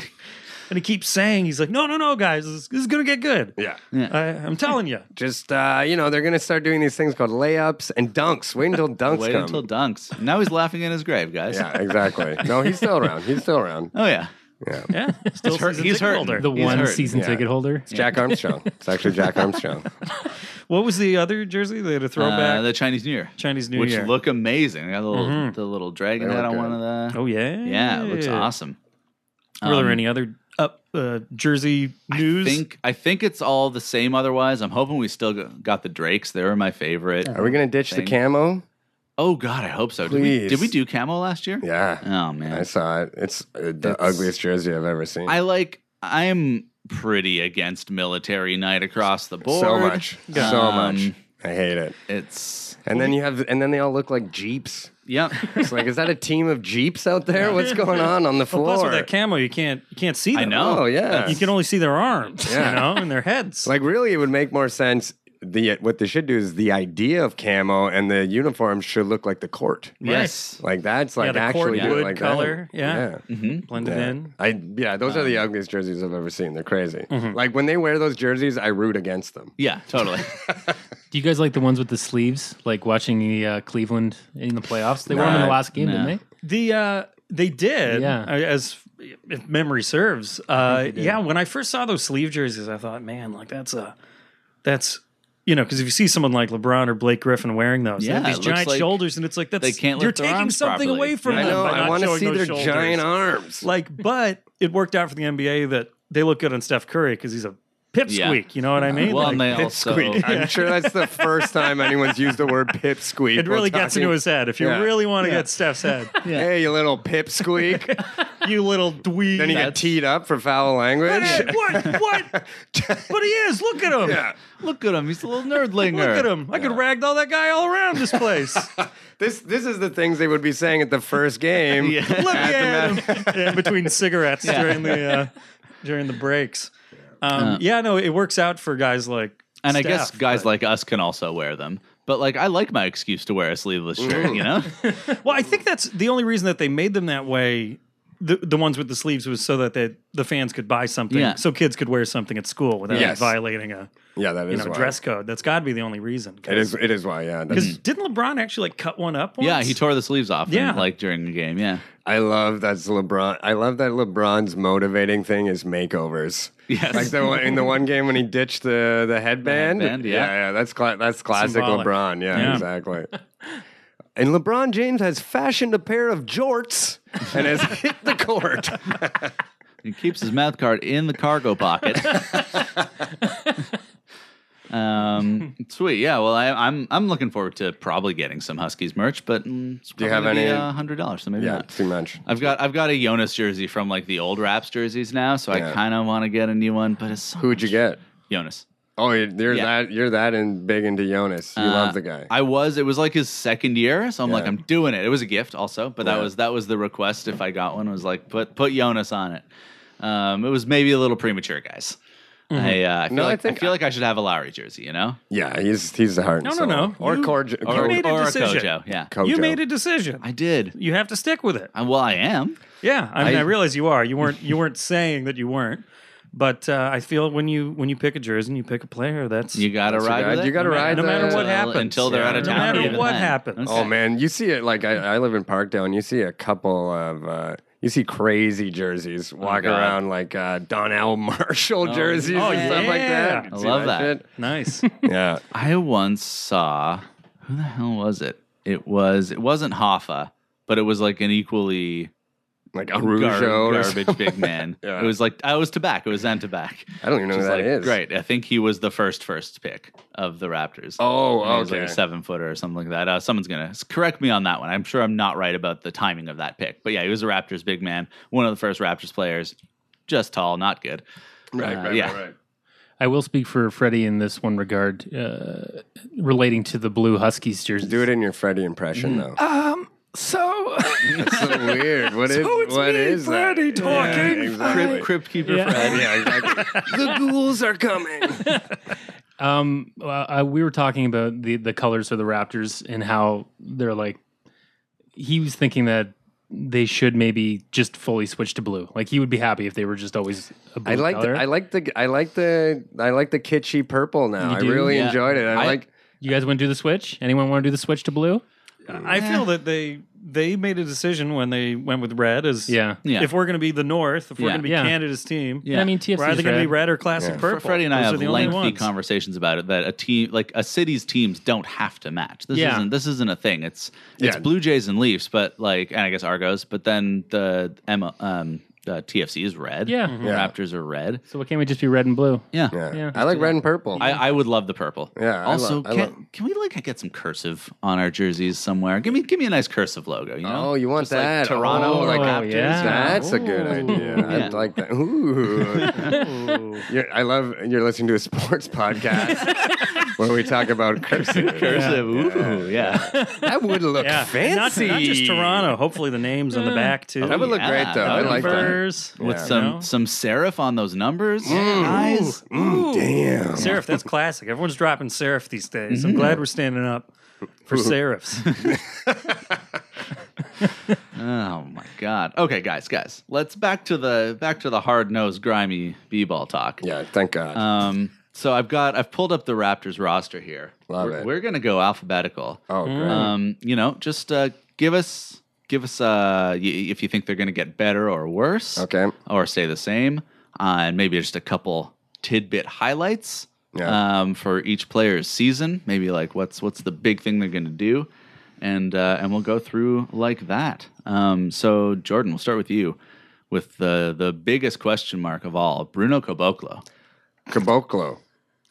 S5: And he keeps saying, he's like, no, no, no, guys, this, this is going to get good.
S1: Yeah.
S5: I, I'm telling you.
S1: Just uh, you know, they're gonna start doing these things called layups and dunks. Wait until dunks
S4: Wait
S1: come.
S4: until dunks. Now he's laughing in his grave, guys.
S1: yeah, exactly. No, he's still around. He's still around.
S4: Oh yeah.
S5: Yeah. Still
S4: He's hurt-
S5: season
S4: he's
S5: ticket
S4: hurting.
S5: holder.
S3: The
S4: He's
S3: one
S4: hurt.
S3: season
S1: Yeah.
S3: ticket holder.
S1: It's Jack Armstrong. It's actually Jack Armstrong.
S5: What was the other jersey? They had a throwback
S4: Uh, the Chinese New Year.
S5: Chinese New
S4: which
S5: Year. Mm-hmm.
S4: look amazing. They got the little the little dragon
S1: They
S4: head
S1: look
S4: on
S1: good.
S4: one of the
S5: oh, yeah.
S4: Yeah, it looks awesome.
S5: Were there
S4: Um,
S5: any other up uh, jersey
S4: I
S5: news?
S4: think I think it's all the same. Otherwise, I'm hoping we still go- got the Drakes. They were my favorite.
S1: Are we gonna ditch
S4: Thing.
S1: the camo?
S4: Oh God, I hope so. Did we, did
S1: Please.
S4: we do camo last year?
S1: Yeah.
S4: Oh man,
S1: I saw it. It's uh, the
S4: It's-
S1: ugliest jersey I've ever seen.
S4: I like. I'm pretty against military night across the board.
S1: so much. So much.
S4: Um,
S1: I hate it.
S4: It's
S1: And then you have, and then they all look like jeeps.
S4: yep.
S1: It's like, is that a team of jeeps out there? What's going on on the
S5: Well,
S1: floor?
S5: Oh, plus with that camo, you can't you can't see.
S4: I
S5: them.
S4: know.
S1: oh yeah.
S5: You can only see their arms,
S1: Yeah.
S5: you know, and their heads.
S1: Like really, it would make more sense. The what they should do is the idea of camo and the uniform should look like the court.
S4: Yes.
S1: Like that's like
S5: the court
S1: actually do it
S5: wood
S1: like
S5: color,
S1: that.
S5: yeah.
S4: hmm
S5: blended
S1: Yeah.
S5: in.
S1: I yeah, those are the
S5: Um,
S1: ugliest jerseys I've ever seen. They're crazy.
S5: Mm-hmm.
S1: Like when they wear those jerseys, I root against them.
S4: Yeah. Totally.
S3: Do you guys like the ones with the sleeves? Like watching the uh, Cleveland in the playoffs? They won them in the
S4: Nah,
S3: last game,
S4: nah.
S3: didn't they?
S5: The uh, they did,
S3: Yeah.
S5: uh, as if memory serves. Uh, yeah, when I first saw those sleeve jerseys, I thought, man, like that's a that's you know, because if you see someone like LeBron or Blake Griffin wearing those, they
S4: Yeah,
S5: have these
S4: it looks
S5: giant
S4: like
S5: shoulders, and it's like that's
S4: they can't lift
S5: you're
S4: their
S5: taking
S4: arms
S5: something
S4: properly.
S5: away from
S4: Yeah.
S1: I
S5: them.
S1: know.
S5: by
S1: I
S5: not
S1: want to
S5: showing
S1: see
S5: those
S1: their
S5: shoulders.
S1: giant arms.
S5: Like, but it worked out for the NBA that they look good on Steph Curry because he's a pipsqueak. You know what I mean?
S4: well,
S5: Like,
S4: and they also.
S1: Squeak. I'm sure that's the first time anyone's used the word pipsqueak.
S5: it
S1: while
S5: really gets
S1: talking.
S5: into his head. If you
S1: Yeah.
S5: really want to get Steph's head,
S1: Hey, you little pipsqueak!
S5: you little dweeb.
S1: then you get teed up for foul language.
S5: Hey, what? What? but he is. Look at him.
S1: yeah.
S4: Look at him. He's a little nerdlinger.
S5: Look at him. I could ragdoll that guy all around this place. Look
S1: This this is the things they would be saying at the first game.
S5: at him. Yeah, between cigarettes during the uh, during the breaks. Um, yeah, no, it works out for guys like.
S4: And I
S5: Steph,
S4: guess guys
S5: but-
S4: like us can also wear them. But like, I like my excuse to wear a sleeveless shirt. You know.
S5: Well, I think that's the only reason that they made them that way. The, the ones with the sleeves was so that they, the fans could buy something,
S4: Yeah.
S5: so kids could wear something at school without
S1: Yes.
S5: violating a
S1: Yeah, that
S5: you
S1: is
S5: know
S1: why.
S5: dress code. That's got to be the only reason.
S1: It is. It is why. Yeah. That's,
S5: because didn't LeBron actually like cut one up? Once?
S4: yeah. He tore the sleeves off. and,
S5: Yeah.
S4: like during the game. Yeah.
S1: I love that's LeBron. I love that LeBron's motivating thing is makeovers.
S4: Yes.
S1: Like the one, in the one game when he ditched the the headband.
S4: headband, yeah.
S1: yeah, That's cla- that's classic
S5: Symbolic.
S1: LeBron. Yeah,
S5: Yeah.
S1: exactly. And LeBron James has fashioned a pair of jorts and has hit the court.
S4: He keeps his mouth guard in the cargo pocket. um, sweet. Yeah. Well, I, I'm I'm looking forward to probably getting some Huskies merch, but mm, it's
S1: you have
S4: probably
S1: any-
S4: uh, hundred dollars? So maybe
S1: yeah,
S4: not.
S1: too much.
S4: I've got I've got a Jonas jersey from like the old Raps jerseys now, so I
S1: Yeah.
S4: kind of want to get a new one. But it's so
S1: Who'd you get?
S4: Jonas.
S1: Oh, you're
S4: Yeah.
S1: that you're that in big into Jonas. You
S4: Uh,
S1: love the guy.
S4: I was. It was like his second year, so I'm like,
S1: Yeah.
S4: I'm doing it. It was a gift, also, but that
S1: Yeah.
S4: was that was the request. If I got one, was like put put Jonas on it. Um, it was maybe a little premature, guys. I, uh, I feel
S1: Mm-hmm. No, I
S4: like I,
S1: think
S4: feel
S1: I-
S4: like I should have a Lowry jersey, you know,
S1: yeah, he's he's the heart. and
S5: No, no,
S1: soul.
S5: no.
S1: Or
S5: You-
S1: Corj.
S5: you made a
S4: or
S5: decision.
S4: a Kojo. Yeah,
S1: Co-
S5: You
S1: Kojo.
S5: made a decision.
S4: I did.
S5: you have to stick with it.
S4: I, well, I am.
S5: Yeah, I mean, I,
S4: I-
S5: realize you are. You weren't. You weren't saying that you weren't. But uh, I feel when you when you pick a jersey and you pick a player, that's
S4: You got to
S1: you
S4: ride.
S1: got-
S4: with it.
S1: you gotta
S4: No
S1: ride
S4: matter-
S1: the-
S4: until-
S5: What happens.
S4: until they're
S5: Yeah.
S4: out of
S5: No
S4: town. or
S5: matter
S4: even
S5: what
S4: then.
S5: happens.
S1: Oh man, you see it like I, I live in Parkdale, and you see a couple of uh, you see crazy jerseys walking
S4: Oh God.
S1: around like uh, Donnell Marshall jerseys
S5: Oh,
S1: and stuff like
S5: yeah.
S1: that. You
S4: I
S1: see
S4: love that.
S1: shit?
S5: nice.
S1: Yeah,
S4: I once saw who the hell was it? It was it wasn't Hoffa, but it was like an equally
S1: like a
S4: gar-
S1: Rougeau or something.
S4: garbage big man.
S1: Yeah.
S4: It was like I was tobacco. It was on tobacco.
S1: I don't even know who
S4: She's
S1: that
S4: like,
S1: is.
S4: Great. I think he was the first first pick of the Raptors.
S1: Oh,
S4: And he was
S1: okay.
S4: like a seven footer or something like that. Uh, someone's gonna s- correct me on that one. I'm sure I'm not right about the timing of that pick, but yeah, he was a Raptors big man, one of the first Raptors players. Just tall, not good.
S1: right, right,
S4: Uh, yeah.
S1: right, right.
S3: I will speak for Freddie in this one regard, uh, relating to the blue Huskies jersey.
S1: Do it in your Freddie impression
S4: Mm.
S1: though.
S3: So
S1: That's so weird. What is
S5: it's
S1: what
S5: me,
S1: is
S5: Freddie,
S1: that?
S5: talking.
S1: Yeah, exactly.
S4: Crypt keeper
S3: Yeah.
S4: Fred.
S1: Yeah, exactly. the ghouls are coming.
S3: um, uh, uh, we were talking about the the colors of the Raptors and how they're like. He was thinking that they should maybe just fully switch to blue. Like he would be happy if they were just always a blue
S1: I like the,
S3: color.
S1: I like the I like the I like the kitschy purple now.
S3: You
S1: I
S3: do?
S1: really
S4: Yeah.
S1: enjoyed it. I,
S4: I-
S1: like
S3: you guys want to do the switch? Anyone want to do the switch to blue?
S5: I feel that they they made a decision when they went with red. As
S3: Yeah.
S4: Yeah.
S5: if we're going to be the North, if we're
S4: Yeah.
S5: going to be
S3: Yeah.
S5: Canada's team,
S4: Yeah.
S3: I mean, TFC
S5: we're either going to be red or classic
S1: Yeah.
S5: purple.
S4: Freddie and I
S5: Those are
S4: have
S5: the only
S4: lengthy
S5: ones.
S4: conversations about it that a team like a city's teams don't have to match. This
S3: Yeah.
S4: isn't this isn't a thing. It's it's
S1: Yeah.
S4: Blue Jays and Leafs, but like and I guess Argos, but then the M- um uh, TFC is red.
S3: Yeah.
S4: The
S1: Yeah.
S4: Raptors are red.
S3: So why can't we just be red and blue?
S4: Yeah.
S1: Mm-hmm.
S3: Yeah.
S1: Yeah. I like red and purple.
S4: I, I would love the purple.
S1: Yeah, I
S4: Also,
S1: love- I
S4: can,
S1: love-
S4: can we like get some cursive on our jerseys somewhere? Give me give me a nice cursive logo. You know.
S1: Oh, you want
S4: Just like
S1: that?
S4: Toronto,
S1: Oh,
S4: like
S3: yeah.
S4: Raptors.
S1: That's a good
S3: Ooh.
S1: idea.
S4: Yeah.
S1: I like that. Ooh. You're- I love you're listening to a sports podcast where we talk about cursive.
S4: Cursive. Ooh, yeah.
S1: That would look
S5: Yeah, And not-
S1: fancy.
S5: Not, just Toronto. Hopefully, the names on the back too.
S1: That would look
S4: Yeah,
S1: great though.
S4: that
S1: I
S4: would be
S1: like that.
S5: numbers
S4: With
S1: Yeah.
S4: some
S5: You know?
S4: some serif on those numbers. Guys.
S1: Mm, damn.
S5: serif. That's classic. Everyone's dropping serif these days.
S4: Mm-hmm.
S5: I'm glad we're standing up for serifs.
S4: Oh my god. Okay, guys, guys. Let's back to the back to the hard nosed, grimy b ball talk.
S1: Yeah, thank God.
S4: Um. So I've got I've pulled up the Raptors roster here.
S1: Love
S4: we're,
S1: it.
S4: We're gonna go alphabetical.
S1: oh, great.
S4: Um. You know, just uh, give us give us uh y- if you think they're gonna get better or worse.
S1: Okay.
S4: Or stay the same, uh, and maybe just a couple tidbit highlights.
S1: Yeah.
S4: Um. For each player's season, maybe like what's what's the big thing they're gonna do, and uh, and we'll go through like that. Um. So Jordan, we'll start with you. With the the biggest question mark of all, Bruno Caboclo.
S1: Caboclo.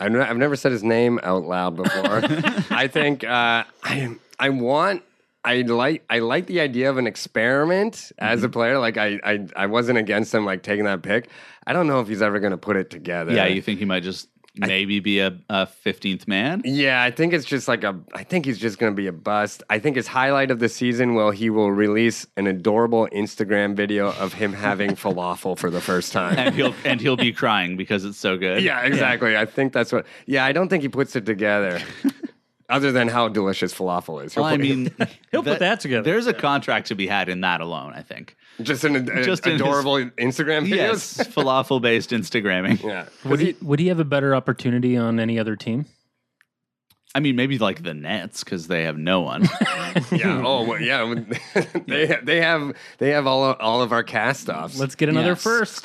S1: I've, ne- I've never said his name out loud before. I think uh, I I want I like I like the idea of an experiment as a
S4: Mm-hmm.
S1: player. Like I, I I wasn't against him like taking that pick. I don't know if he's ever going to put it together.
S4: Yeah, you think he might just maybe be a, a 15th man?
S1: Yeah, I think it's just like a. I think he's just going to be a bust. I think his highlight of the season, well, he will release an adorable Instagram video of him having falafel for the first time.
S4: And he'll and he'll be crying because it's so good.
S1: Yeah, exactly. I think that's what. Yeah, I don't think he puts it together. other than how delicious falafel is.
S4: Well, I mean,
S5: He'll put that together.
S4: There's a contract to be had in that alone, I think.
S1: just an ad-
S4: just in his-
S1: adorable Instagram videos.
S4: Yes, falafel based Instagramming.
S1: Yeah. 'Cause
S3: Would he,
S1: he-
S3: would he have a better opportunity on any other team?
S4: I mean, maybe like the Nets because they have no one.
S1: yeah. Oh, well, yeah. they they have they have all all of our cast offs.
S3: Let's get another
S4: Yes.
S3: first.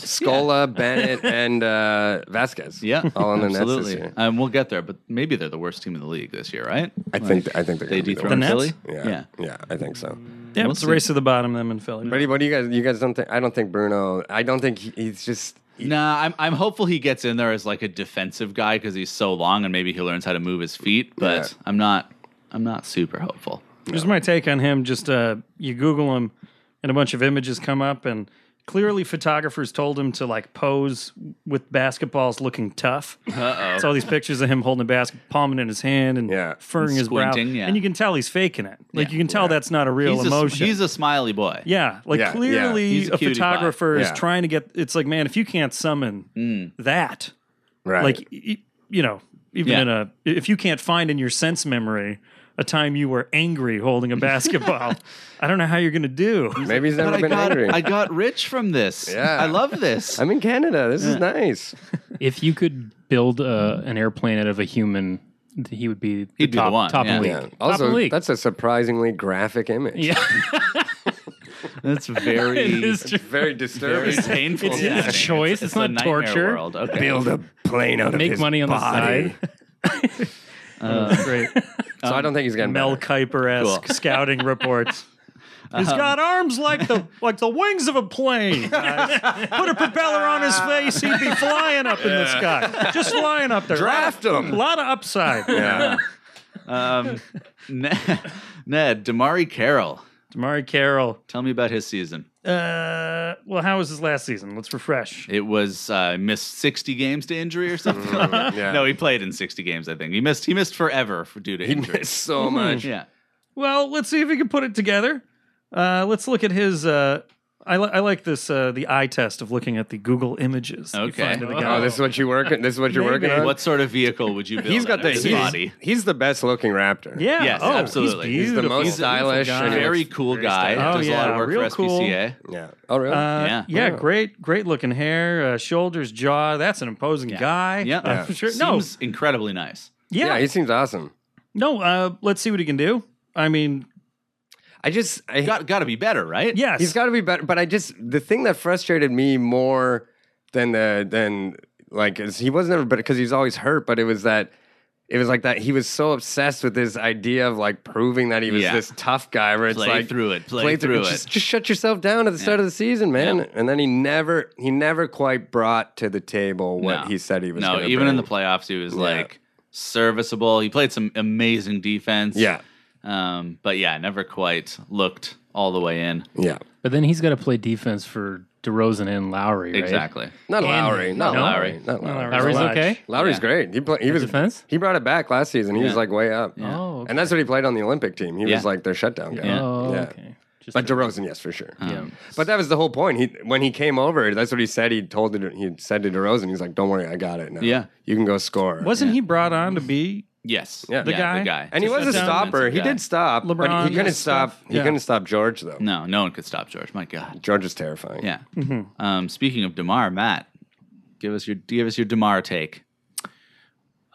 S1: Scola, Bennett, and uh, Vasquez.
S4: Yeah,
S1: all in the Nets this
S4: absolutely.
S1: year.
S4: Um, we'll get there, but maybe they're the worst team in the league this year, right?
S1: I think I think they're
S4: They
S1: gonna be the
S4: dethroned
S5: Nets?
S4: Philly.
S1: worst. Yeah, yeah, I think so.
S5: yeah,
S4: We'll
S5: it's
S4: see.
S5: the race to the bottom. Them in Philly.
S1: But what do you guys? You guys don't think? I don't think Bruno. I don't think he, he's just.
S4: Nah, I'm I'm hopeful he gets in there as like a defensive guy because he's so long and maybe he learns how to move his feet. But
S1: Yeah.
S4: I'm not I'm not super hopeful.
S5: Here's my take on him. Just uh, you Google him, and a bunch of images come up, and clearly photographers told him to like pose with basketballs looking tough. Uh-oh. It's all these pictures of him holding a basket, palming in his hand, and
S1: Yeah.
S5: furring his brow,
S4: Squinting, yeah.
S5: and you can tell he's faking it. Like
S4: Yeah.
S5: you can tell that's not a real
S4: He's a,
S5: emotion.
S4: he's a smiley boy.
S5: yeah, like
S1: Yeah, yeah.
S5: clearly
S4: He's a
S5: a,
S4: cutie pie.
S5: photographer is
S1: Yeah.
S5: trying to get. It's like, man, if you can't summon
S4: Mm.
S5: that,
S1: Right.
S5: like y- y- you know even
S4: Yeah.
S5: in a if you can't find in your sense memory a time you were angry holding a basketball i don't know how you're gonna do
S1: maybe he's never
S4: But I
S1: been
S4: got,
S1: angry.
S4: I got rich from this.
S1: Yeah.
S4: I love this.
S1: I'm in Canada. This is nice.
S3: If you could build uh, an airplane out of a human, th- he would be the
S4: He'd be the
S3: top,
S4: one,
S3: top
S4: yeah.
S3: league.
S1: Yeah.
S3: top of the
S1: Also,
S3: league.
S1: that's a surprisingly graphic image.
S3: yeah,
S4: That's very
S3: it is true.
S1: Very disturbing.
S4: painful.
S3: It's not a choice. It's not
S4: nightmare
S3: torture.
S4: World. Okay.
S1: Build a plane out of
S3: Make
S1: his
S3: money on the
S1: body.
S3: side.
S5: great
S1: So I don't think he's getting
S5: mel
S1: better.
S5: kiper-esque
S4: Cool.
S5: scouting reports He's got arms like the like the wings of a plane. guys. Put a propeller on his face, he'd be flying up in the sky, just flying up there.
S1: Draft
S5: a
S1: him.
S5: lot of upside.
S1: Yeah.
S4: Um, Ned, Ned, Damari Carroll.
S5: Damari Carroll.
S4: Tell me about his season.
S5: Uh, well, how was his last season? Let's refresh.
S4: It was uh, missed 60 games to injury or something.
S1: Mm, yeah.
S4: No, he played in 60 games. I think he missed. He missed forever for, due to
S1: He
S4: injury.
S1: missed so much.
S4: Yeah.
S5: Well, let's see if we can put it together. Uh, let's look at his. Uh, I, li- I like this uh, the eye test of looking at the Google images. you
S4: Okay.
S5: find of the guy.
S1: Oh, this is what you work. This is what you're
S5: Maybe.
S1: working on.
S4: What sort of vehicle would you build?
S1: he's got
S4: out
S1: the
S4: of his
S1: he's,
S4: body.
S1: he's the best looking raptor.
S5: Yeah.
S4: Yes,
S5: oh,
S4: absolutely.
S5: He's,
S4: He's
S1: the
S5: beautiful. Uh,
S1: most
S4: He's a beautiful
S1: stylish
S5: guy.
S1: and
S4: Very
S1: looks
S4: cool guy.
S5: stylish.
S4: Does
S5: Oh,
S4: a lot of
S5: yeah,
S4: work
S5: real
S4: for
S5: cool.
S4: SPCA.
S1: Yeah. Oh really?
S5: Uh,
S4: Yeah.
S5: yeah.
S1: Wow.
S5: Great, great looking hair, uh, shoulders, jaw. That's an imposing guy.
S4: Yeah.
S5: Uh,
S4: Yeah.
S5: Sure. No.
S4: Seems incredibly nice.
S5: Yeah.
S1: yeah. He seems awesome.
S5: no. Uh, let's see what he can do. I mean,
S1: I just I,
S4: Got got to be better, right?
S5: yes.
S1: He's got to be better. But I just the thing that frustrated me more than the than like is he was never better because he's always hurt. But it was that it was like that. He was so obsessed with this idea of like proving that he was
S4: Yeah.
S1: this tough guy. Where it's
S4: Play
S1: like
S4: through it, play through it.
S1: Just, just shut yourself down at the start of the season, man. And then he never he never quite brought to the table what
S4: No.
S1: he said he was.
S4: No,
S1: gonna
S4: even in the
S1: bring.
S4: playoffs, he was
S1: Yeah.
S4: like serviceable. He played some amazing defense.
S1: Yeah,
S4: Um, but yeah, never quite looked all the way in.
S1: yeah.
S3: But then he's got to play defense for DeRozan and Lowry, right?
S4: Exactly.
S1: Not
S3: And-
S1: Lowry. Not
S3: No?
S1: Lowry. Not Lowry.
S3: Lowry's
S5: Lodge.
S3: okay.
S1: Lowry's
S4: Yeah.
S1: great. He play, he was
S3: defense?
S1: He brought it back last season. He was like way up.
S4: Yeah.
S3: Oh, okay.
S1: And that's what he played on the Olympic team. He
S4: Yeah.
S1: was like their shutdown guy.
S4: Yeah.
S3: Oh,
S1: Yeah.
S3: okay. Just
S1: But DeRozan, yes, for sure.
S3: yeah.
S1: But that was the whole point. He when he came over, that's what he said. He told it. He said to DeRozan, he's like, "Don't worry, I got it now.
S4: Yeah.
S1: you can go score."
S5: Wasn't he brought on to be?
S4: Yes.
S1: Yeah. The
S5: guy?
S4: The guy.
S1: and he was a
S5: Defensive
S1: stopper. He
S4: guy.
S1: did stop,
S5: LeBron,
S1: but he couldn't
S5: yes,
S1: stop.
S5: stuff.
S1: He
S5: Yeah.
S1: couldn't stop George though.
S4: No, no one could stop George. My God.
S1: George is terrifying.
S4: Yeah. Um, speaking of Demar, Matt, give us your give us your Demar take.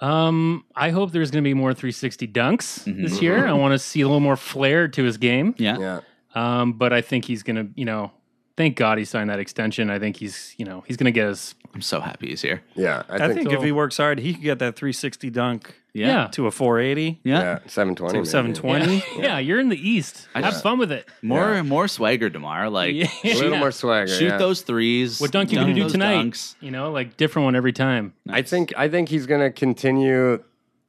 S3: Um, I hope there's going to be more 360 dunks
S4: Mm-hmm.
S3: this year. I want to see a little more flair to his game.
S4: Yeah.
S1: yeah.
S3: Um, but I think he's going to, you know, thank God he signed that extension. I think he's, you know, he's going to get us.
S4: I'm so happy he's here.
S1: Yeah, I,
S5: I
S1: think,
S5: think if he works hard, he could get that 360 dunk
S3: Yeah. Yeah.
S5: to a 480,
S4: Yeah.
S1: yeah, seven twenty.
S5: to a 720.
S3: you're in the East. Have
S4: just-
S3: fun with it.
S4: More more swagger, Demar. Like
S3: Yeah.
S1: A little more swagger.
S4: shoot
S1: yeah.
S4: those threes.
S3: What dunk you going to do
S4: those
S3: tonight?
S4: dunks.
S3: You know, like different one every time.
S1: I think I think he's gonna continue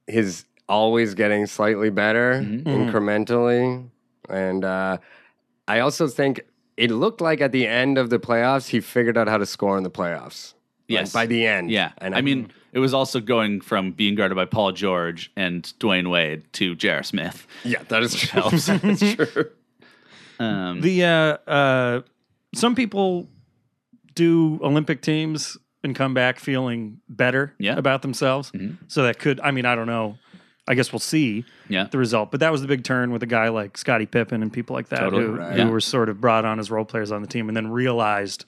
S1: his always getting slightly better
S4: Mm-hmm.
S1: incrementally, and uh, I also think it looked like at the end of the playoffs he figured out how to score in the playoffs. Like,
S4: Yes.
S1: by the end.
S4: Yeah.
S1: and
S4: I mean, it was also going from being guarded by Paul George and Dwayne Wade to J.R. Smith.
S1: yeah, that is helps. That's true.
S4: Um,
S5: The uh, uh, some people do Olympic teams and come back feeling better
S4: Yeah. Mm-hmm.
S5: about themselves. So that could, I mean, I don't know. I guess we'll see
S4: yeah.
S5: the result. But that was the big turn with a guy like Scottie Pippen and people like that
S4: Totally
S5: who,
S1: right.
S5: who
S4: Yeah.
S5: were sort of brought on as role players on the team and then realized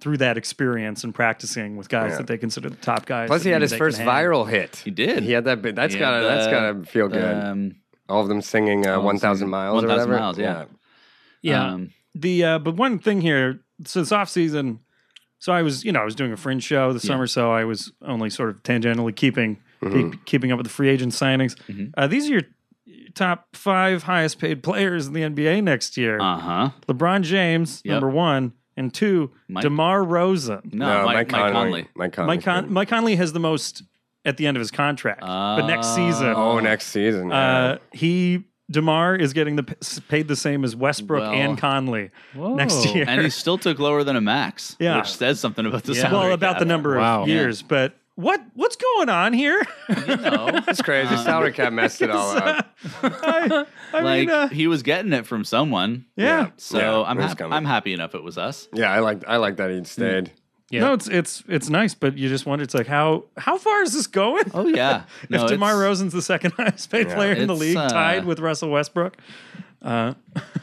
S5: through that experience and practicing with guys
S1: Yeah.
S5: that they consider the top guys.
S1: Plus,
S5: that
S1: he had
S5: mean
S1: his
S5: they
S1: first
S5: can hang.
S1: viral hit.
S4: He did.
S1: He had that. Bit. That's
S4: Yeah,
S1: gotta. that's
S4: the-
S1: gotta feel good.
S4: Um,
S1: All of them singing uh,
S4: all
S1: "One Thousand
S4: singing
S1: Miles" or
S4: 1,000
S1: whatever.
S4: Miles, yeah.
S3: Yeah.
S4: um,
S5: the uh, but one thing here since off season so i was you know i was doing a fringe show this summer so i was only sort of tangentially keeping
S4: Mm-hmm.
S5: keep, keeping up with the free agent signings uh, these are your top five highest paid players in the nba next year
S4: uh huh.
S5: lebron james
S4: Yep.
S5: number one and two
S4: Mike-
S5: demar rosen
S4: No, Oh.
S1: No,
S4: Mike, Mike Conley.
S1: Mike Conley.
S5: mike, Con- mike conley has the most at the end of his contract but
S4: Ah,
S5: next season
S1: oh, next season. yeah.
S5: uh, he demar is getting the p- paid the same as westbrook
S4: Well-
S5: and conley
S3: Whoa.
S5: next year
S4: And he still took lower than a max,
S5: Yeah.
S4: which says something about the
S3: Yeah.
S4: salary.
S5: well about the
S4: cap.
S5: number
S3: Wow.
S5: of years but what what's going on here
S4: You know,
S1: That's crazy. Salary cap messed it all up.
S5: I, I
S4: like
S5: mean, uh,
S4: he was getting it from someone.
S5: yeah.
S4: So
S1: Yeah,
S4: I'm
S1: it was
S4: hap-
S1: coming.
S4: I'm happy enough it was us.
S1: Yeah, I like I like that he
S4: Mm.
S1: stayed.
S3: Yeah.
S5: no it's it's it's nice but you just wonder it's like how how far is this going
S4: Oh yeah. No,
S5: if DeMar
S4: it's-
S5: Rosen's the second highest paid
S1: Yeah.
S5: player in the
S4: It's,
S5: league,
S4: uh,
S5: tied with Russell Westbrook,
S3: I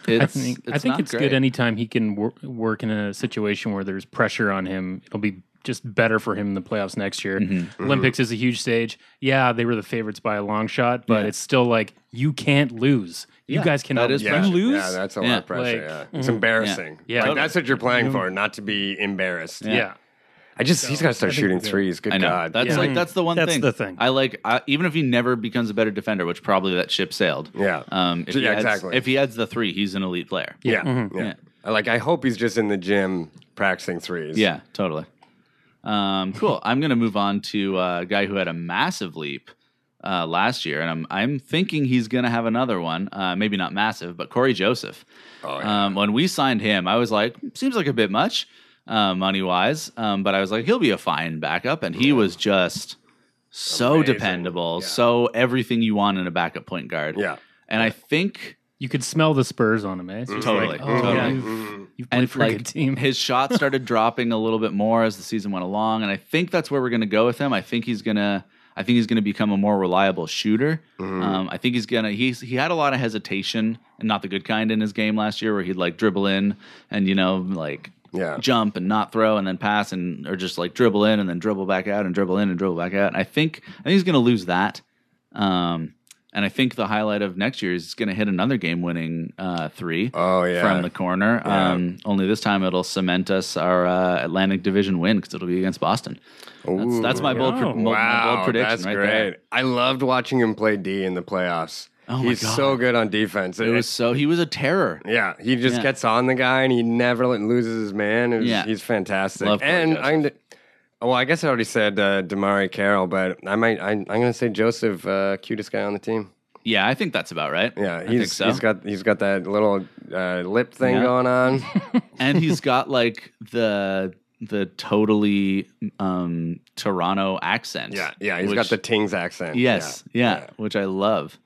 S4: it's,
S3: think,
S4: it's
S3: I think
S4: not
S3: it's
S4: great.
S3: good anytime he can wor- work in a situation where there's pressure on him. It'll be just better for him in the playoffs next year.
S4: Mm-hmm.
S3: Olympics is a huge stage. Yeah, they were the favorites by a long shot, but it's still like you can't lose. You
S4: Yeah,
S3: guys cannot
S4: that is
S3: you
S1: Yeah,
S3: lose.
S1: yeah, that's a
S4: Yeah. mm-hmm.
S1: lot of pressure.
S3: Like-
S1: yeah, it's embarrassing.
S3: Yeah.
S1: like,
S3: Totally.
S1: that's what you're playing for, not to be embarrassed.
S3: yeah.
S1: I just he's got to start shooting threes. Good
S4: I know.
S1: God,
S4: That's
S3: Yeah.
S4: like that's the one
S5: That's
S4: thing.
S5: the thing.
S4: I like I, even if he never becomes a better defender, which probably that ship sailed.
S1: Yeah.
S4: Um. If he
S1: Yeah,
S4: adds,
S1: exactly.
S4: If he adds the three, he's an elite player.
S1: yeah,
S4: Yeah.
S1: yeah. I Like I hope he's just in the gym practicing threes.
S4: Yeah. Totally. Um. Cool. I'm gonna move on to uh, a guy who had a massive leap. Uh, last year, and I'm I'm thinking he's gonna have another one. Uh, maybe not massive, but Corey Joseph.
S1: Oh, yeah.
S4: Um, when we signed him, I was like, seems like a bit much uh, money wise, um, but I was like, he'll be a fine backup. And he was just so
S1: Amazing.
S4: dependable,
S1: Yeah.
S4: so everything you want in a backup point guard.
S1: yeah.
S4: And I think
S3: You could smell the Spurs on him, eh? It's just
S4: Totally,
S3: like, oh,
S4: totally. Mm-hmm.
S3: You've, you've played
S4: and
S3: for a
S4: like
S3: good team.
S4: his shot started dropping a little bit more as the season went along, and I think that's where we're going to go with him. I think he's gonna, I think he's gonna become a more reliable shooter. Um, I think he's gonna. He's he had a lot of hesitation and not the good kind in his game last year, where he'd like dribble in and you know like
S1: Yeah.
S4: jump and not throw and then pass and or just like dribble in and then dribble back out and dribble in and dribble back out. And I think I think he's gonna lose that. Um, And I think the highlight of next year is going to hit another game winning uh, three
S1: Oh, yeah.
S4: from the corner.
S1: Yeah.
S4: Um, only this time it'll cement us our uh, Atlantic Division win because it'll be against Boston. That's, that's my, bold, pre-
S5: Ooh.
S4: mo- my bold prediction
S1: that's
S4: right
S1: great.
S4: there.
S1: I loved watching him play D in the playoffs.
S4: Oh my
S1: He's
S4: God.
S1: so good on defense.
S4: It was so he was a terror.
S1: yeah, he just
S4: Yeah.
S1: gets on the guy and he never let- loses his man. It was-
S4: Yeah.
S1: He's fantastic.
S4: Love Corey
S1: and
S4: Joseph.
S1: I'm well, I guess I already said uh, Damari Carroll, but I might I, I'm going to say Joseph, uh, cutest guy on the team.
S4: Yeah, I think that's about right.
S1: Yeah,
S4: I
S1: he's
S4: think so.
S1: he's got he's got that little uh, lip thing
S4: Yeah.
S1: going on.
S4: and he's got like the the totally um Toronto accent.
S1: yeah, yeah, he's
S4: which-
S1: got the Ting's accent.
S4: yes, yeah, which I love.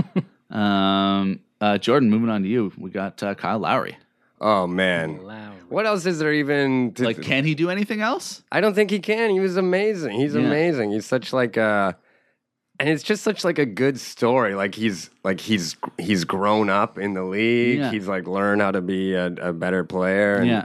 S4: um, uh, Jordan, moving on to you. We got uh, Kyle Lowry.
S1: Yeah. Oh man, what else is there even to
S4: Like, can he do anything else?
S1: I don't think he can. He was amazing. He's
S4: Yeah.
S1: amazing. He's such like a and it's just such like a good story. Like he's like he's he's grown up in the league.
S4: Yeah.
S1: He's like learned how to be a, a better player. And
S4: yeah,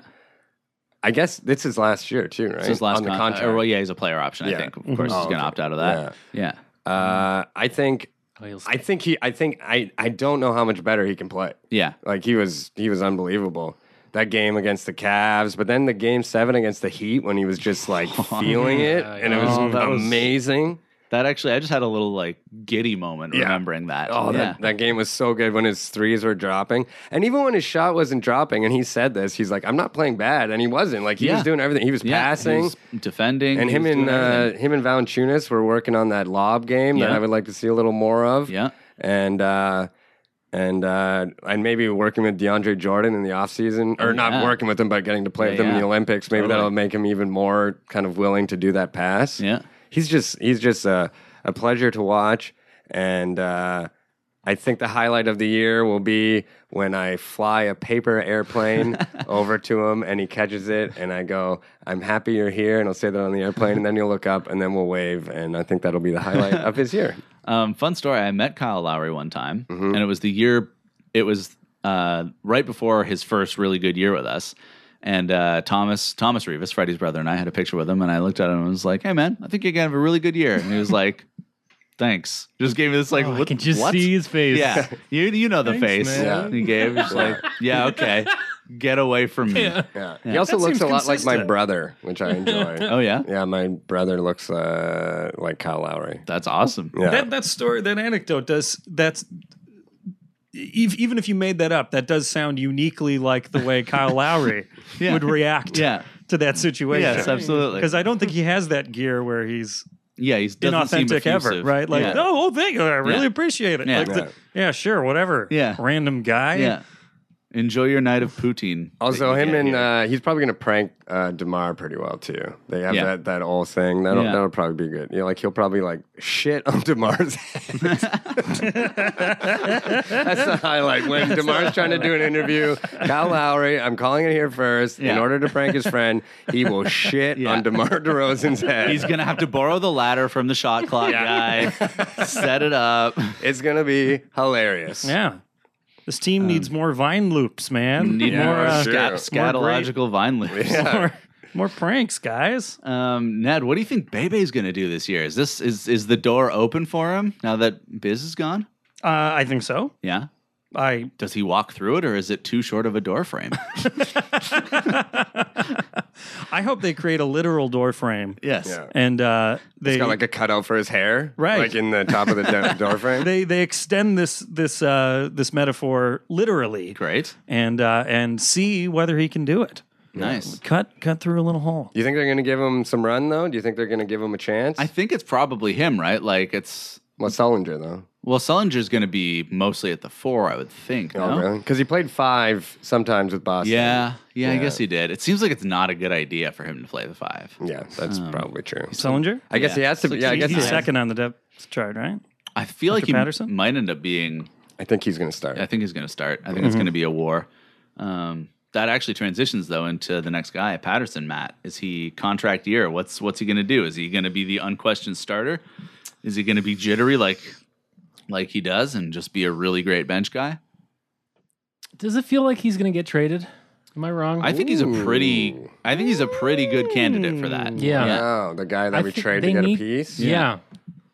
S1: I guess this is last year too, right?
S4: it's his last
S1: On the
S4: con-
S1: contract.
S4: or, well, yeah, he's a player option. I
S1: Yeah.
S4: think. Of course,
S1: Oh,
S4: he's gonna
S1: okay.
S4: opt out of that. Yeah.
S1: uh, I think I think he I think I I don't know how much better he can play.
S4: yeah,
S1: Like he was he was unbelievable. That game against the Cavs, but then the game seven against the Heat when he was just like feeling it,
S3: yeah.
S1: and it was
S4: Oh, that was-
S1: amazing.
S4: That actually, I just had a little like giddy moment
S1: Yeah.
S4: remembering that.
S1: Oh,
S4: yeah.
S1: that, that game was so good when his threes were dropping. And even when his shot wasn't dropping, and he said this, he's like, I'm not playing bad. And he wasn't. Like, he
S4: Yeah.
S1: was doing everything. He was
S4: Yeah, he
S1: passing.
S4: was defending,
S1: and
S4: he
S1: him
S4: was
S1: and
S4: doing
S1: uh,
S4: everything.
S1: him and Valanciunas were working on that lob game that
S4: Yeah.
S1: I would like to see a little more of.
S4: yeah,
S1: And uh, and uh, and maybe working with DeAndre Jordan in the offseason. Or
S4: yeah.
S1: not working with him, but getting to play
S4: Yeah,
S1: with him in
S4: yeah.
S1: the Olympics. Maybe
S4: Totally.
S1: that'll make him even more kind of willing to do that pass
S4: yeah.
S1: he's just he's just a, a pleasure to watch and uh, i think the highlight of the year will be when i fly a paper airplane over to him and he catches it and i go i'm happy you're here and i'll say that on the airplane and then you'll look up and then we'll wave and i think that'll be the highlight of his year
S4: Um, fun story. I met Kyle Lowry one time, and it was the year. It was uh, right before his first really good year with us. And uh, Thomas Thomas Revis, Freddie's brother, and I had a picture with him, and I looked at him and was like, "Hey, man, I think you're gonna have a really good year." And he was like, "Thanks." Just gave me this like,
S3: I
S4: what-
S3: can just
S4: what?
S3: see his face.
S4: Yeah, you you know the
S3: Thanks,
S4: face
S1: man.
S4: he gave. He's like, "Yeah, okay, get away from me."
S3: Yeah.
S1: yeah. he also
S5: That
S1: looks
S5: seems
S1: a lot like my
S5: consistent.
S1: brother which i enjoy
S4: Oh yeah,
S1: yeah my brother looks uh, like kyle lowry
S4: that's awesome.
S1: yeah
S5: That that story, that anecdote does that's ev- even if you made that up, that does sound uniquely like the way Kyle Lowry
S4: Yeah.
S5: would react
S4: Yeah.
S5: to that situation.
S4: Yes, absolutely.
S5: Because I don't think he has that gear where he's
S4: Yeah, he's doesn't seem
S5: inauthentic ever,
S4: effusive.
S5: right? Like,
S4: yeah.
S5: oh, oh, thank you, I really
S4: Yeah.
S5: appreciate it.
S4: Yeah.
S5: Like the- Yeah.
S1: Yeah.
S5: sure, whatever.
S4: Yeah.
S5: random guy.
S4: yeah. Enjoy your night of poutine.
S1: Also,
S4: that you
S1: him
S4: get
S1: and
S4: here.
S1: uh, he's probably going to prank uh, Demar pretty well too. They have
S4: Yeah.
S1: that that old thing. That'll
S4: Yeah.
S1: that'll probably be good. You know, like he'll probably like shit on Demar's head. That's the highlight when Demar's trying to do an interview. Kyle Lowry, I'm calling it here first. In
S4: Yeah.
S1: order to prank his friend, he will shit
S4: Yeah.
S1: on Demar Derozan's head.
S4: He's gonna have to borrow the ladder from the shot clock guy, set it up.
S1: it's going to be hilarious.
S5: Yeah. This
S4: Um,
S5: team needs more vine loops, man. Need
S1: Yeah,
S5: more, uh,
S1: sure.
S4: Scat-
S5: More great-
S4: scatological vine loops.
S1: Yeah.
S5: more, more pranks, guys.
S4: Um, Ned, what do you think Bebe's gonna do this year? Is this is is the door open for him now that Biz is gone?
S5: Uh, I think so.
S4: Yeah.
S5: I
S4: Does he walk through it, or is it too short of a door frame?
S5: I hope they create a literal door frame
S4: yes.
S1: Yeah.
S5: and uh, they
S1: He's got like a cutout for his hair,
S5: Right.
S1: Like in the top of the do- door frame.
S5: they they extend this this uh, this metaphor literally
S4: Great.
S5: and uh, and see whether he can do it.
S4: Nice.
S5: Cut cut through a little hole.
S1: Do you think they're going to give him some run though? Do you think they're going to give him a chance?
S4: I think it's probably him, right? Like it's
S1: well, Sullinger though.
S4: well, Sellinger's gonna be mostly at the four, I would think.
S1: Oh,
S4: no?
S1: really? Because he played five sometimes with Boston.
S4: Yeah, yeah, I
S1: Yeah.
S4: guess he did. It seems like it's not a good idea for him to play the five.
S1: Yeah, that's
S4: Hmm.
S1: probably true.
S5: Sellinger.
S1: I guess
S4: yeah.
S1: he has to.
S4: It's like
S1: yeah, I guess he
S5: he's
S1: has-
S5: second on the depth chart, right?
S4: I feel like he
S5: Patterson?
S4: might end up being.
S1: I think he's going to start.
S4: I think he's going to start. I think it's going
S1: Mm-hmm.
S4: to be a war. Um, that actually transitions though into the next guy, Patterson. Matt, is he contract year? What's what's he going to do? Is he going to be the unquestioned starter? Is he going to be jittery like like he does and just be a really great bench guy?
S3: Does it feel like he's going to get traded? Am I wrong?
S4: I think he's a pretty. I think he's a pretty good candidate for that.
S3: Yeah.
S1: Oh, the guy that
S3: I
S1: we
S3: think
S1: traded
S3: they
S1: to get
S3: need-
S1: a piece.
S3: Yeah.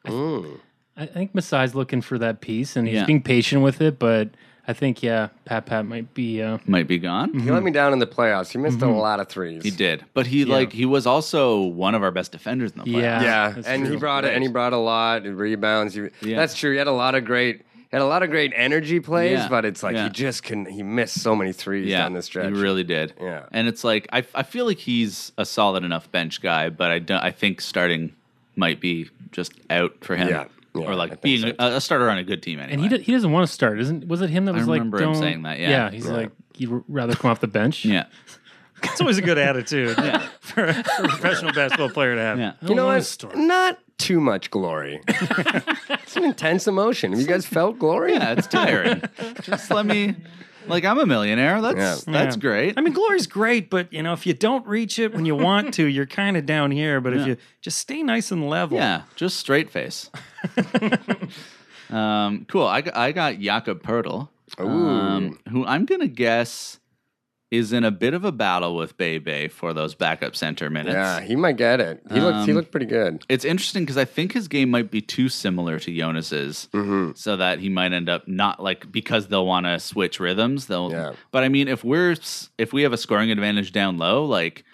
S1: Ooh.
S3: I I think Masai's looking for that piece and he's
S4: Yeah.
S3: being patient with it, but I think yeah, Pat Pat might be uh,
S4: Might be gone.
S1: He let me down in the playoffs. He missed a lot of threes.
S4: Mm-hmm. He did, but he like he was also one of our best defenders in the playoffs.
S3: Yeah.
S1: Yeah,
S3: That's
S1: and he
S3: true.
S1: brought it, and he brought a lot and rebounds. He,
S4: Yeah.
S1: That's true. He had a lot of great, had a lot of great energy plays,
S4: Yeah.
S1: but it's like
S4: Yeah.
S1: he just couldn't. He missed so many threes down the stretch.
S4: He really did.
S1: Yeah.
S4: And it's like I, I feel like he's a solid enough bench guy, but I don't, I think starting might be just out for him.
S1: Yeah. Yeah,
S4: or
S1: I
S4: like
S1: think
S4: being
S1: so.
S4: a, a starter on a good team anyway.
S3: and he do, he doesn't want to start. Isn't was it him that was like
S4: remember him
S3: "Don't-"
S4: saying that, yeah.
S3: he's
S4: Yeah.
S3: like you'd rather come off the bench.
S4: yeah.
S5: It's always a good attitude for, a- for a professional basketball player to have.
S4: Yeah.
S3: I
S1: you
S3: don't
S1: know
S3: wanna
S1: what?
S3: start.
S1: Not too much glory. it's an intense emotion. Have you guys felt glory?
S4: Yeah, it's tiring. just let me like I'm a millionaire. That's
S1: Yeah.
S4: that's
S5: Yeah.
S4: great.
S5: I mean, glory's great, but you know, if you don't reach it when you want to, you're kind of down here. But if you just stay nice and level,
S4: Yeah, just straight face. um, cool. I, got- I got Jakob Pertl, um, who I'm going to guess is in a bit of a battle with Bebe for those backup center minutes.
S1: yeah. He might get it. He looked. He
S4: Um,
S1: looked pretty good.
S4: It's interesting because I think his game might be too similar to Jonas's,
S1: Mm-hmm.
S4: so that he might end up not like because they'll want to switch rhythms. They'll,
S1: Yeah.
S4: but I mean, if we're s- if we have a scoring advantage down low, like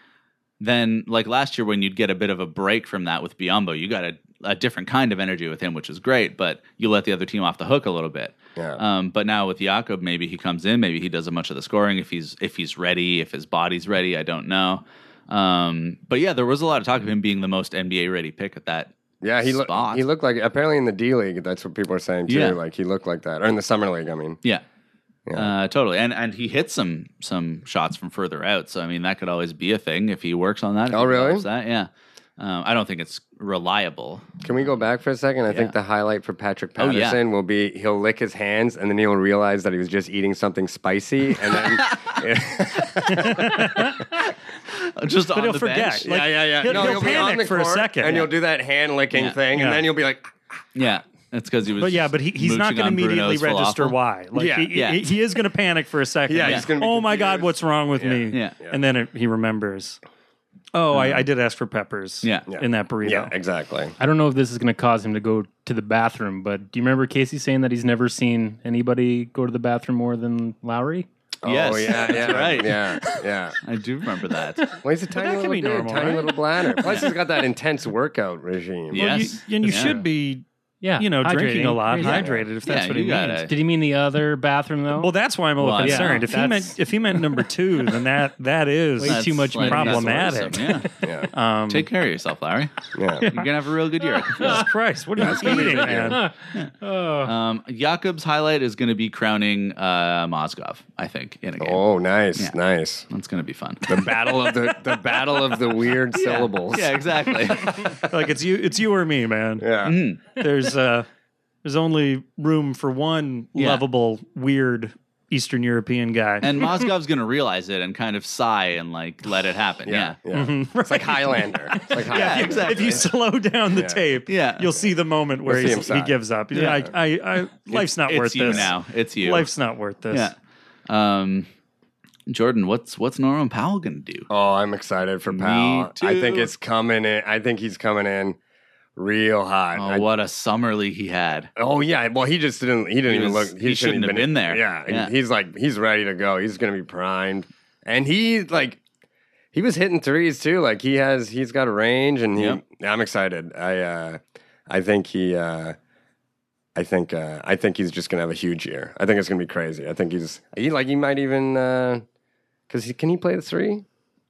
S4: then like last year when you'd get a bit of a break from that with Biombo, you got a, a different kind of energy with him, which is great, but you let the other team off the hook a little bit.
S1: Yeah.
S4: Um, but now with Jakob, maybe he comes in, maybe he does a much of the scoring if he's if he's ready, if his body's ready. I don't know. Um, but yeah, there was a lot of talk of him being the most NBA ready pick at that.
S1: Yeah, he looked.
S4: spot.
S1: He looked like apparently in the D League. That's what people are saying too.
S4: Yeah.
S1: Like he looked like that, or in the summer league. I mean,
S4: Yeah. Uh, totally, and and he hits some some shots from further out. So I mean, that could always be a thing if he works on that. if
S1: Oh,
S4: he
S1: really?
S4: develops That yeah. Um, I don't think it's reliable.
S1: Can we go back for a second? I think the highlight for Patrick
S4: Oh,
S1: Patterson
S4: yeah.
S1: will be he'll lick his hands and then he'll realize that he was just eating something spicy and then
S4: Just
S5: But
S4: on
S5: he'll
S4: the
S5: forget.
S4: bench.
S5: Like,
S4: yeah, yeah, yeah.
S5: he'll-
S4: No,
S5: he'll panic for a second.
S1: and
S5: Yeah.
S1: you'll do that hand licking
S4: Yeah.
S1: thing
S5: Yeah.
S1: and then you'll be like
S4: yeah. That's because he was.
S5: But yeah, but he, he's not
S4: mooching
S5: going to
S4: on
S5: immediately
S4: Bruno's
S5: register
S4: falafel.
S5: why. Like
S1: Yeah.
S5: he,
S4: Yeah.
S5: He, he is going to panic for a second.
S1: Yeah, he's gonna be
S5: oh my god,
S1: confused.
S5: what's wrong with me?
S4: Yeah. Yeah.
S5: and then it, he remembers. Oh, I, I did ask for peppers.
S4: Yeah.
S1: Yeah.
S5: in that burrito.
S1: yeah exactly
S3: I don't know if this is going to cause him to go to the bathroom, but do you remember Casey saying that he's never seen anybody go to the bathroom more than Lowry?
S4: Yes,
S1: oh yeah
S4: that's
S1: yeah
S4: right.
S1: yeah yeah
S4: I do remember that.
S1: well he's a tiny
S5: that can
S1: little
S5: be
S1: dude,
S5: normal,
S1: tiny
S5: right?
S1: little bladder plus he's got that intense workout regime
S4: Yeah.
S5: Well, you-
S4: Yes.
S5: and you
S4: Yeah.
S5: should be,
S3: Yeah,
S5: you know, drinking
S3: hydrating.
S5: a lot,
S3: Yeah.
S5: hydrated if that's
S4: Yeah,
S5: what
S4: you
S5: he
S4: gotta-
S5: means.
S3: Did he mean the other bathroom though?
S5: Well, that's why I'm a little
S4: Well, yeah.
S5: concerned. if he
S3: That's-
S5: meant if he meant number two, then that that is
S3: Way too much
S4: like,
S5: problematic.
S4: that's worrisome, Yeah.
S1: yeah
S5: Um,
S4: Take care of yourself, Larry.
S1: yeah
S4: You're gonna have a real good year. I can feel it.
S5: Jesus Christ, what are you eating, man?
S4: Um, Jakob's highlight is gonna be crowning uh, Mozgov. I think in a game.
S1: oh nice
S4: Yeah.
S1: nice
S4: That's gonna be fun.
S1: the battle of the the battle of the weird syllables
S4: Yeah, exactly.
S5: like it's you, it's you or me, man.
S1: yeah
S5: There's uh, there's only room for one
S4: Yeah.
S5: lovable, weird Eastern European guy.
S4: and Mozgov's gonna realize it and kind of sigh and like let it happen. Yeah.
S1: yeah
S5: Mm-hmm.
S1: it's like Highlander it's like Highlander
S4: Yeah, exactly.
S5: if you slow down the tape,
S4: Yeah.
S5: you'll see the moment where
S1: You'll see
S5: he's-
S1: him
S5: he
S1: sigh.
S5: gives up. Yeah. I, I, I, life's not
S4: it's
S5: worth
S4: you
S5: this
S4: now. It's you.
S5: Life's not worth this.
S4: yeah. Um, Jordan, what's what's Norman Powell gonna do?
S1: Oh, I'm excited for Powell. I think
S4: too.
S1: it's coming in. I think he's coming in real hot.
S4: Oh,
S1: I-
S4: what a summer league he had.
S1: oh, yeah. Well, he just didn't. He didn't
S4: He
S1: even
S4: was-
S1: look.
S4: he shouldn't have been there.
S1: Yeah, he-
S4: Yeah.
S1: He's like he's ready to go. He's gonna be primed. And he like he was hitting threes too. Like he has. He's got a range, and he,
S4: Yep.
S1: I'm excited. I uh, I think he. Uh, I think uh, I think he's just gonna have a huge year. I think it's gonna be crazy. I think he's he like he might even because he can he play the three?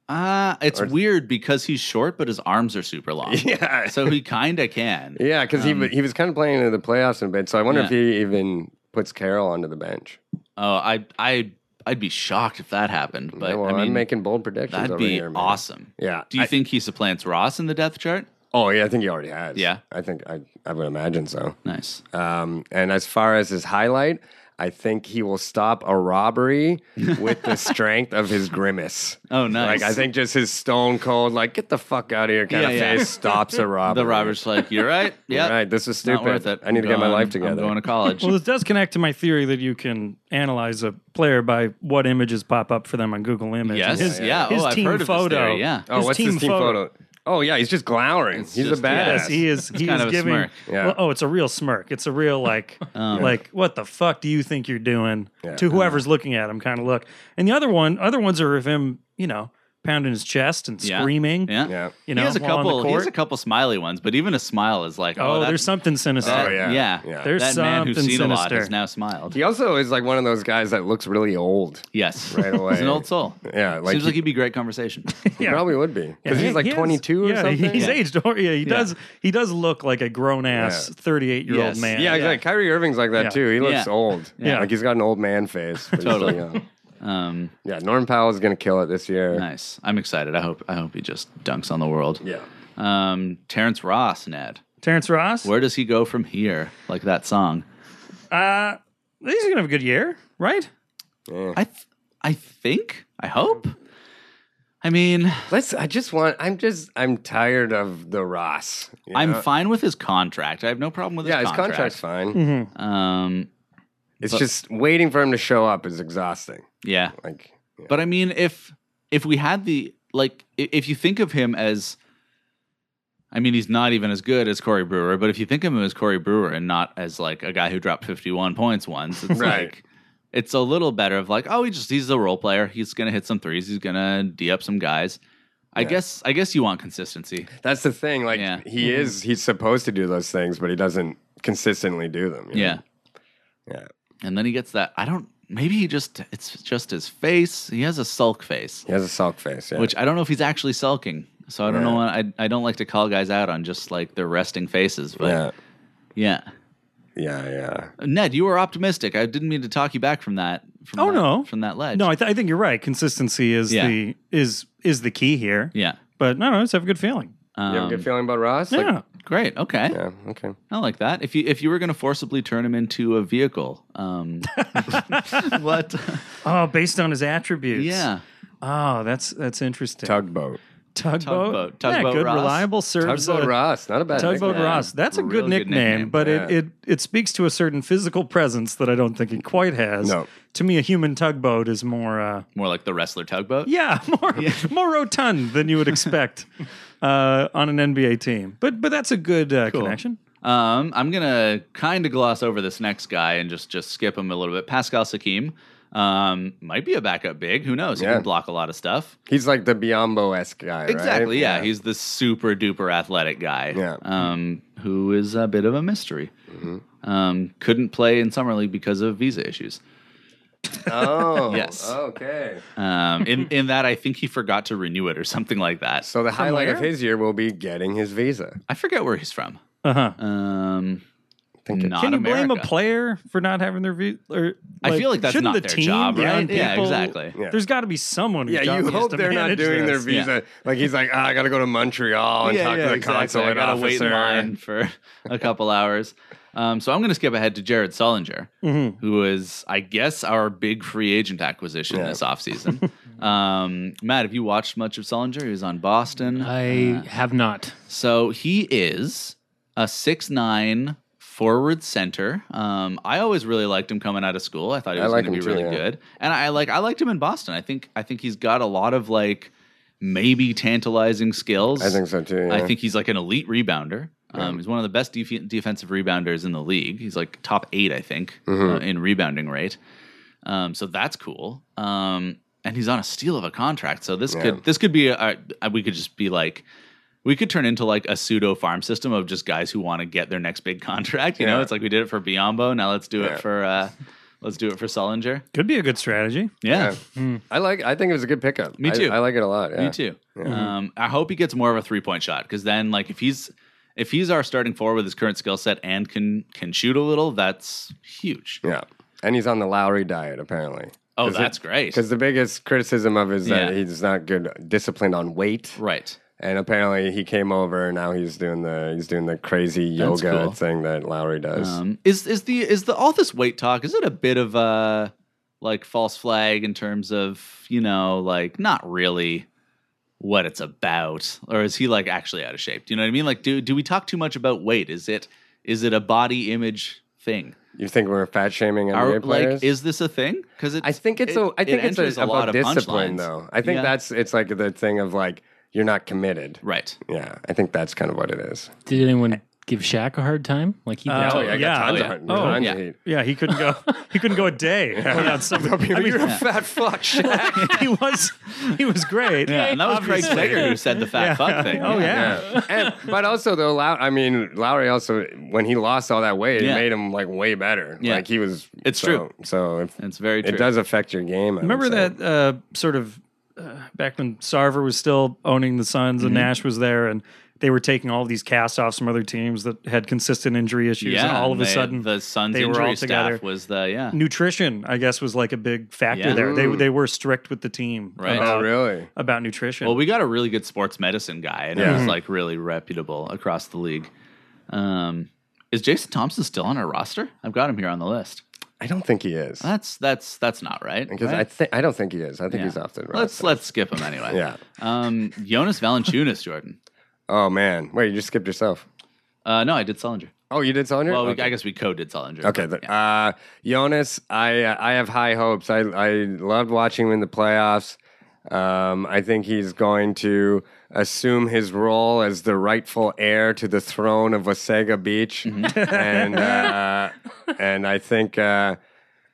S4: Uh it's
S1: Or-
S4: weird because he's short, but his arms are super long.
S1: Yeah.
S4: So he kinda can.
S1: Yeah, because he
S4: Um,
S1: wa- he was kind of playing into the playoffs in a bit, so I wonder if
S4: Yeah.
S1: he even puts Carroll onto the bench.
S4: Oh, I I I'd be shocked if that happened. But
S1: Yeah, well,
S4: I mean,
S1: am making bold predictions.
S4: that'd
S1: over
S4: be
S1: here, man.
S4: awesome.
S1: Yeah.
S4: Do you
S1: I-
S4: think he supplants Ross in the depth chart?
S1: Oh yeah, I think he already has.
S4: Yeah.
S1: I think I I would imagine so.
S4: Nice.
S1: Um, and as far as his highlight, I think he will stop a robbery with the strength of his grimace.
S4: Oh, nice.
S1: Like I think just his stone cold, like get the fuck out of here kind
S4: Yeah,
S1: of
S4: yeah.
S1: face stops a robbery.
S4: the Robert's like, you're right.
S1: All
S4: Yeah,
S1: right, this is stupid.
S4: not worth it.
S1: I need to get my
S4: Going-
S1: life together.
S4: I'm going to college.
S5: Well, this does connect to my theory that you can analyze a player by what images pop up for them on Google Images.
S4: yes, yeah.
S5: His
S4: oh, I've
S5: team
S4: heard of this
S5: photo.
S4: theory, yeah.
S1: Oh, what's Oh, his team photo? Oh yeah, he's just glowering.
S4: It's
S1: he's
S4: just-
S1: a badass.
S5: Yes, he is. he
S4: kind
S5: is
S4: of a
S5: giving.
S4: smirk.
S1: Yeah.
S5: well, oh, it's a real smirk. It's a real like,
S4: Um,
S5: like what the fuck do you think you're doing
S1: Yeah.
S5: to whoever's looking at him? Kind of look. And the other one, other ones are of him, you know, pounding his chest and
S4: Yeah.
S5: screaming.
S4: Yeah.
S1: yeah.
S5: You know,
S4: he has a
S5: while on the
S4: couple. He has
S5: court.
S4: a couple smiley ones, but even a smile is like, oh,
S5: oh,
S4: that's,
S5: there's something sinister.
S1: Oh,
S4: that-
S1: yeah.
S4: yeah.
S1: Yeah.
S5: There's
S4: that man who's
S5: something
S4: seen a lot
S5: sinister.
S4: has now smiled.
S1: He also is like one of those guys that looks really old.
S4: Yes,
S1: Right away.
S4: he's an old soul.
S1: Yeah, like
S4: Seems
S1: he,
S4: like he'd be great conversation.
S1: he
S5: Yeah.
S1: probably would be because
S5: Yeah,
S1: he's like
S5: he is.
S1: 22 or
S5: yeah,
S1: something.
S5: He's
S1: yeah.
S5: aged. Or, yeah, he does. He does look like a grown ass
S1: Yeah.
S5: 38 year
S4: Yes.
S5: old man.
S1: Yeah, exactly. Kyrie Irving's like that
S5: Yeah.
S1: too. He looks
S4: Yeah.
S1: old.
S4: Yeah.
S1: like he's got an old man face. but he's still
S4: Totally.
S1: young.
S4: Um,
S1: Yeah, Norm Powell's gonna kill it this year.
S4: nice. I'm excited. I hope. I hope he just dunks on the world.
S1: Yeah.
S4: Um, Terrence Ross, Ned.
S5: Terrence Ross.
S4: Where does he go from here? Like that song.
S5: Uh, he's gonna have a good year, right?
S4: I, th- I think. I hope. I mean,
S1: Let's. I just want. I'm just. I'm tired of the Ross. you know?
S4: I'm fine with his contract. I have no problem with
S1: Yeah,
S4: his
S1: his contract. contract's
S4: contract. Mm.
S1: fine.
S4: Um,
S1: It's just waiting for him to show up is exhausting.
S4: yeah.
S1: Like, yeah.
S4: But I mean, if if we had the like, i- if you think of him as, I mean, he's not even as good as Corey Brewer. But if you think of him as Corey Brewer and not as like a guy who dropped fifty one points once, it's
S1: Right.
S4: like it's a little better of like, oh, he just he's a role player. He's gonna hit some threes. He's gonna d up some guys. I guess I guess you want consistency.
S1: that's the thing. Like,
S4: Yeah. Mm-hmm.
S1: he is. He's supposed to do those things, but he doesn't consistently do them. you know?
S4: Yeah.
S1: Yeah.
S4: And then he gets that. I don't. Maybe he just. It's just his face. He has a sulk face,
S1: He has a sulk face. Yeah.
S4: which I don't know if he's actually sulking. So I don't know.
S1: Yeah.
S4: why- I I don't like to call guys out on just like their resting faces. But yeah.
S1: yeah. Yeah. Yeah.
S4: Ned, you were optimistic. I didn't mean to talk you back from that. From
S5: Oh,
S4: that-
S5: no.
S4: From that ledge.
S5: No, I, th- I think you're right. Consistency is
S4: Yeah.
S5: the is is the key here.
S4: yeah.
S5: But no, no, just have a good feeling.
S4: Um,
S1: You have a good feeling about Ross? Like-
S5: yeah.
S4: Great. Okay.
S1: yeah. Okay.
S4: I like that. If you if you were going to forcibly turn him into a vehicle, um, what?
S5: Oh, based on his attributes.
S4: yeah.
S5: Oh, that's that's interesting.
S1: Tugboat.
S5: tugboat.
S4: Tugboat. Tugboat
S5: Yeah, good,
S4: Ross.
S5: reliable serves.
S1: Tugboat
S5: a-
S1: Ross. Not a bad
S5: Tugboat
S1: nickname.
S5: Ross. That's a
S4: Real
S5: good
S4: good
S5: nickname,
S4: nickname.
S5: but it,
S1: Yeah.
S5: it it speaks to a certain physical presence that I don't think he quite has.
S1: No.
S5: To me, a human tugboat is more. Uh,
S4: More like the wrestler tugboat.
S5: Yeah, more more rotund than you would expect uh, on an NBA team. But but that's a good uh, connection.
S4: Um, I'm gonna kind of gloss over this next guy and just just skip him a little bit. Pascal Sakim um, might be a backup big. Who knows? He
S1: Yeah.
S4: can block a lot of stuff.
S1: He's like the Biombo esque guy. right?
S4: Exactly. Yeah. he's the super duper athletic guy.
S1: Yeah.
S4: um, who is a bit of a mystery.
S5: Mm-hmm.
S4: Um, couldn't play in summer league because of visa issues.
S1: Oh.
S4: Yes.
S1: Okay.
S4: Um, in in that, I think he forgot to renew it or something like that.
S1: So the highlight of
S5: where?
S1: his year will be getting his visa.
S4: I forget where he's from.
S5: Uh huh.
S4: Um,
S1: Think it-
S4: not
S5: Can you
S4: America.
S5: blame a player for not having their view? Or,
S4: I feel like that's
S5: shouldn't
S4: not
S5: the
S4: their
S5: team
S4: job,
S5: be on
S4: right? Yeah,
S5: people?
S4: exactly.
S1: Yeah.
S5: There's got to be someone. whose
S1: Yeah,
S5: job
S1: you
S5: it is
S1: hope
S5: to
S1: they're not
S5: manage
S1: doing their
S5: this.
S1: visa. Like he's like, ah, I got to go to Montreal and talk to the
S4: exactly.
S1: consulate
S4: I gotta
S1: officer.
S4: wait in line for a couple hours. Um, so I'm going to skip ahead to Jared Solinger,
S1: Mm-hmm.
S4: who is, I guess, our big free agent acquisition
S1: Yeah.
S4: this offseason. um, Matt, have you watched much of Solinger? He was on Boston.
S3: I have not.
S4: So he is a six nine forward center. Um, I always really liked him coming out of school. I thought he
S1: I
S4: was
S1: like
S4: going to be
S1: him too,
S4: really
S1: yeah.
S4: good, and I like I liked him in Boston. I think I think he's got a lot of like maybe tantalizing skills.
S1: I think so too. Yeah.
S4: I think he's like an elite rebounder. Um, he's one of the best def- defensive rebounders in the league. He's like top eight, I think, uh,
S1: Mm-hmm.
S4: in rebounding rate. Um, so that's cool. Um, and he's on a steal of a contract. So this could this could be a, a- we could just be like we could turn into like a pseudo farm system of just guys who want to get their next big contract. You know,
S1: Yeah.
S4: it's like we did it for Biombo. Now let's do
S1: Yeah.
S4: it for uh, let's do it for Sullinger.
S5: Could be a good strategy.
S4: Yeah, Hmm.
S1: I like. I think it was a good pickup.
S4: Me
S1: I-
S4: too.
S1: I, like it a lot. Yeah.
S4: Me too. Um, I hope he gets more of a three point shot because then, like, if he's if he's our starting forward with his current skill set and can can shoot a little, that's huge.
S1: Yeah, and he's on the Lowry diet apparently.
S4: Oh,
S1: 'Cause it-
S4: that's great.
S1: Because the biggest criticism of is that
S4: Yeah.
S1: he's not good disciplined on weight,
S4: Right.
S1: and apparently he came over and now he's doing the he's doing the crazy
S4: That's
S1: yoga
S4: cool.
S1: thing that Lowry does.
S4: Um, is is the is the all this weight talk? Is it a bit of a like false flag in terms of you know like not really what it's about, or is he like actually out of shape? Do you know what I mean? Like, do do we talk too much about weight? Is it is it a body image thing?
S1: you think we're fat shaming NBA
S4: Are,
S1: players?
S4: like, is this a thing? Because
S1: I think it's a. I think it's
S4: enters
S1: a, about
S4: punchlines.
S1: discipline, though. I think
S4: Yeah.
S1: that's it's like the thing of like you're not committed.
S4: Right.
S1: Yeah, I think that's kind of what it is.
S3: Did anyone give Shaq a hard time? Like he
S5: Uh,
S3: did.
S5: Oh, yeah, I got yeah, tons
S4: oh, of yeah.
S1: hard-
S5: Oh,
S1: tons
S4: yeah.
S1: of hate.
S5: Yeah, he couldn't go. He couldn't go a day. without somebody. I mean,
S1: You're a fat fuck, Shaq.
S5: he was he was great.
S4: Yeah, and that was Craig
S5: obviously.
S4: Sager who said the fat fuck thing.
S5: Oh yeah.
S1: Yeah. And, but also though, Low- I mean, Lowry also when he lost all that weight,
S4: Yeah.
S1: it made him like way better.
S4: Yeah.
S1: Like he was.
S4: It's
S1: so-
S4: true.
S1: So if,
S4: It's very true.
S1: it does affect your game. I would
S5: Remember
S1: say.
S5: that uh, sort of uh, back when Sarver was still owning the Suns and
S4: Mm-hmm.
S5: Nash was there, and they were taking all these cast offs from other teams that had consistent injury issues, and all of a
S4: they-
S5: sudden
S4: the Suns
S5: they were
S4: injury
S5: all together.
S4: staff was the yeah.
S5: nutrition, I guess, was like a big factor
S4: Yeah.
S5: there. They they were strict with the team
S4: Right.
S1: Oh,
S5: about,
S1: really?
S5: about nutrition.
S4: Well, we got a really good sports medicine guy, and it
S1: Yeah.
S4: was like really reputable across the league. Um, is Jason Thompson still on our roster? I've got him here on the list.
S1: I don't think he is.
S4: That's that's that's not right.
S1: Because
S4: right?
S1: I think I don't think he is. I think
S4: Yeah.
S1: he's off the roster.
S4: let's let's skip him anyway.
S1: Yeah.
S4: Um, Jonas Valanciunas, Jordan.
S1: Oh man, wait, you just skipped yourself.
S4: Uh, no, I did Solinger.
S1: Oh, you did Solinger.
S4: Well, we,
S1: okay.
S4: I guess we co-did Solinger.
S1: Okay, the, uh, Jonas, I uh, I have high hopes. I I loved watching him in the playoffs. Um, I think he's going to assume his role as the rightful heir to the throne of Wasega Beach, and uh, and I think uh,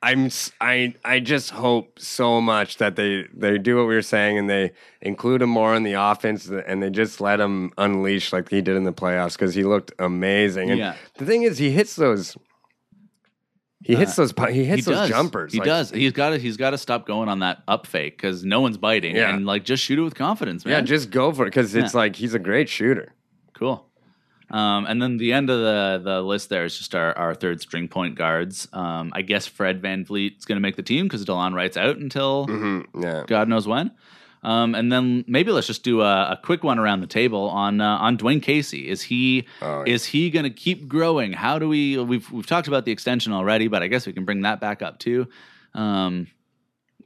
S1: I'm s- I I just hope so much that they they do what we were saying and they include him more in the offense and they just let him unleash like he did in the playoffs because he looked amazing. And
S4: Yeah.
S1: the thing is, he hits those. He hits those. pu- He
S4: Uh, He
S1: hits those
S4: does.
S1: jumpers.
S4: He
S1: like-
S4: does. He's got to. He's got to stop going on that up fake because no one's biting.
S1: Yeah.
S4: And like, just shoot it with confidence, man.
S1: Yeah, just go for it because it's like he's a great shooter.
S4: Cool. Um, and then the end of the, the list there is just our, our third string point guards. Um, I guess Fred Van Vliet is going to make the team because Delon Wright's out until
S1: Mm-hmm. Yeah.
S4: God knows when. Um, and then maybe let's just do a, a quick one around the table on uh, on Dwayne Casey. Is he
S1: Oh, yeah.
S4: is he going to keep growing? How do we we've we've talked about the extension already, but I guess we can bring that back up too. Um,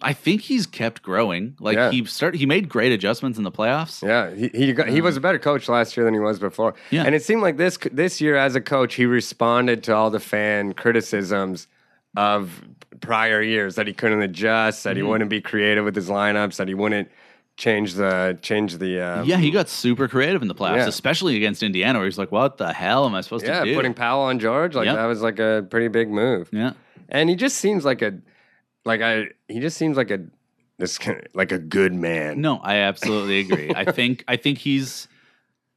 S4: I think he's kept growing. Like
S1: Yeah.
S4: he start he made great adjustments in the playoffs.
S1: Yeah, he he, got, he was a better coach last year than he was before.
S4: Uh-huh. Yeah.
S1: and it seemed like this this year as a coach, he responded to all the fan criticisms of prior years that he couldn't adjust, that
S4: Mm-hmm.
S1: he wouldn't be creative with his lineups, that he wouldn't change the change the uh,
S4: Yeah, he got super creative in the playoffs,
S1: Yeah.
S4: especially against Indiana, where he's like, "What the hell am I supposed
S1: yeah
S4: to do?"
S1: putting Powell on George like
S4: Yep. Mm-hmm.
S1: that was like a pretty big move.
S4: yeah,
S1: and he just seems like a like I he just seems like a this kind of- like a good man.
S4: no, I absolutely agree. I think I think he's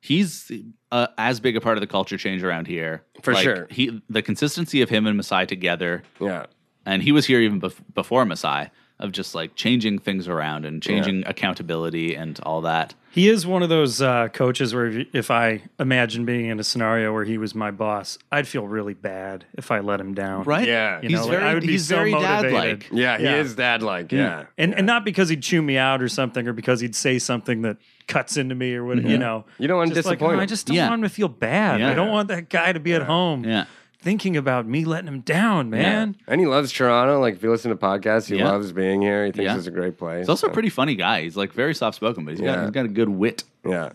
S4: he's uh, as big a part of the culture change around here
S1: For
S4: Like,
S1: sure.
S4: He the consistency of him and Masai together,
S1: yeah,
S4: and he was here even bef- before Masai of just like changing things around and changing accountability and all that.
S5: He is one of those uh, coaches where if, if I imagine being in a scenario where he was my boss, I'd feel really bad if I let him down.
S4: Right?
S1: Yeah.
S5: You
S4: he's
S5: know, like,
S4: very
S5: I would be
S4: he's
S5: so
S4: very
S5: motivated.
S4: dad-like.
S1: yeah, he
S5: Yeah.
S1: is dad like yeah.
S5: And and not because he'd chew me out or something, or because he'd say something that cuts into me or what
S4: Mm-hmm.
S5: you know.
S1: You don't wanna
S5: Just like,
S1: disappoint
S5: "Oh, I
S1: him."
S5: just don't
S4: Yeah.
S5: want him to feel bad.
S4: Yeah.
S5: I don't want that guy to be at home
S4: Yeah.
S5: thinking about me letting him down, man.
S1: And he loves Toronto. Like if you listen to podcasts, he
S4: Yeah.
S1: loves being here. He thinks
S4: Yeah.
S1: it's a great place.
S4: He's also a pretty funny guy. He's like very soft spoken, but he's got
S1: Yeah.
S4: he's got a good wit.
S1: yeah.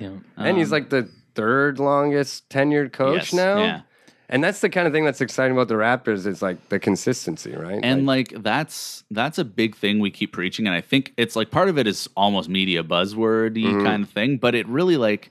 S3: yeah.
S1: and he's like the third longest tenured
S4: Yes,
S1: coach now.
S4: yeah.
S1: And that's the kind of thing that's exciting about the Raptors is like the consistency, right?
S4: and like, that's that's a big thing we keep preaching and i think it's like part of it is almost media buzzwordy
S1: Mm-hmm.
S4: kind of thing but it really like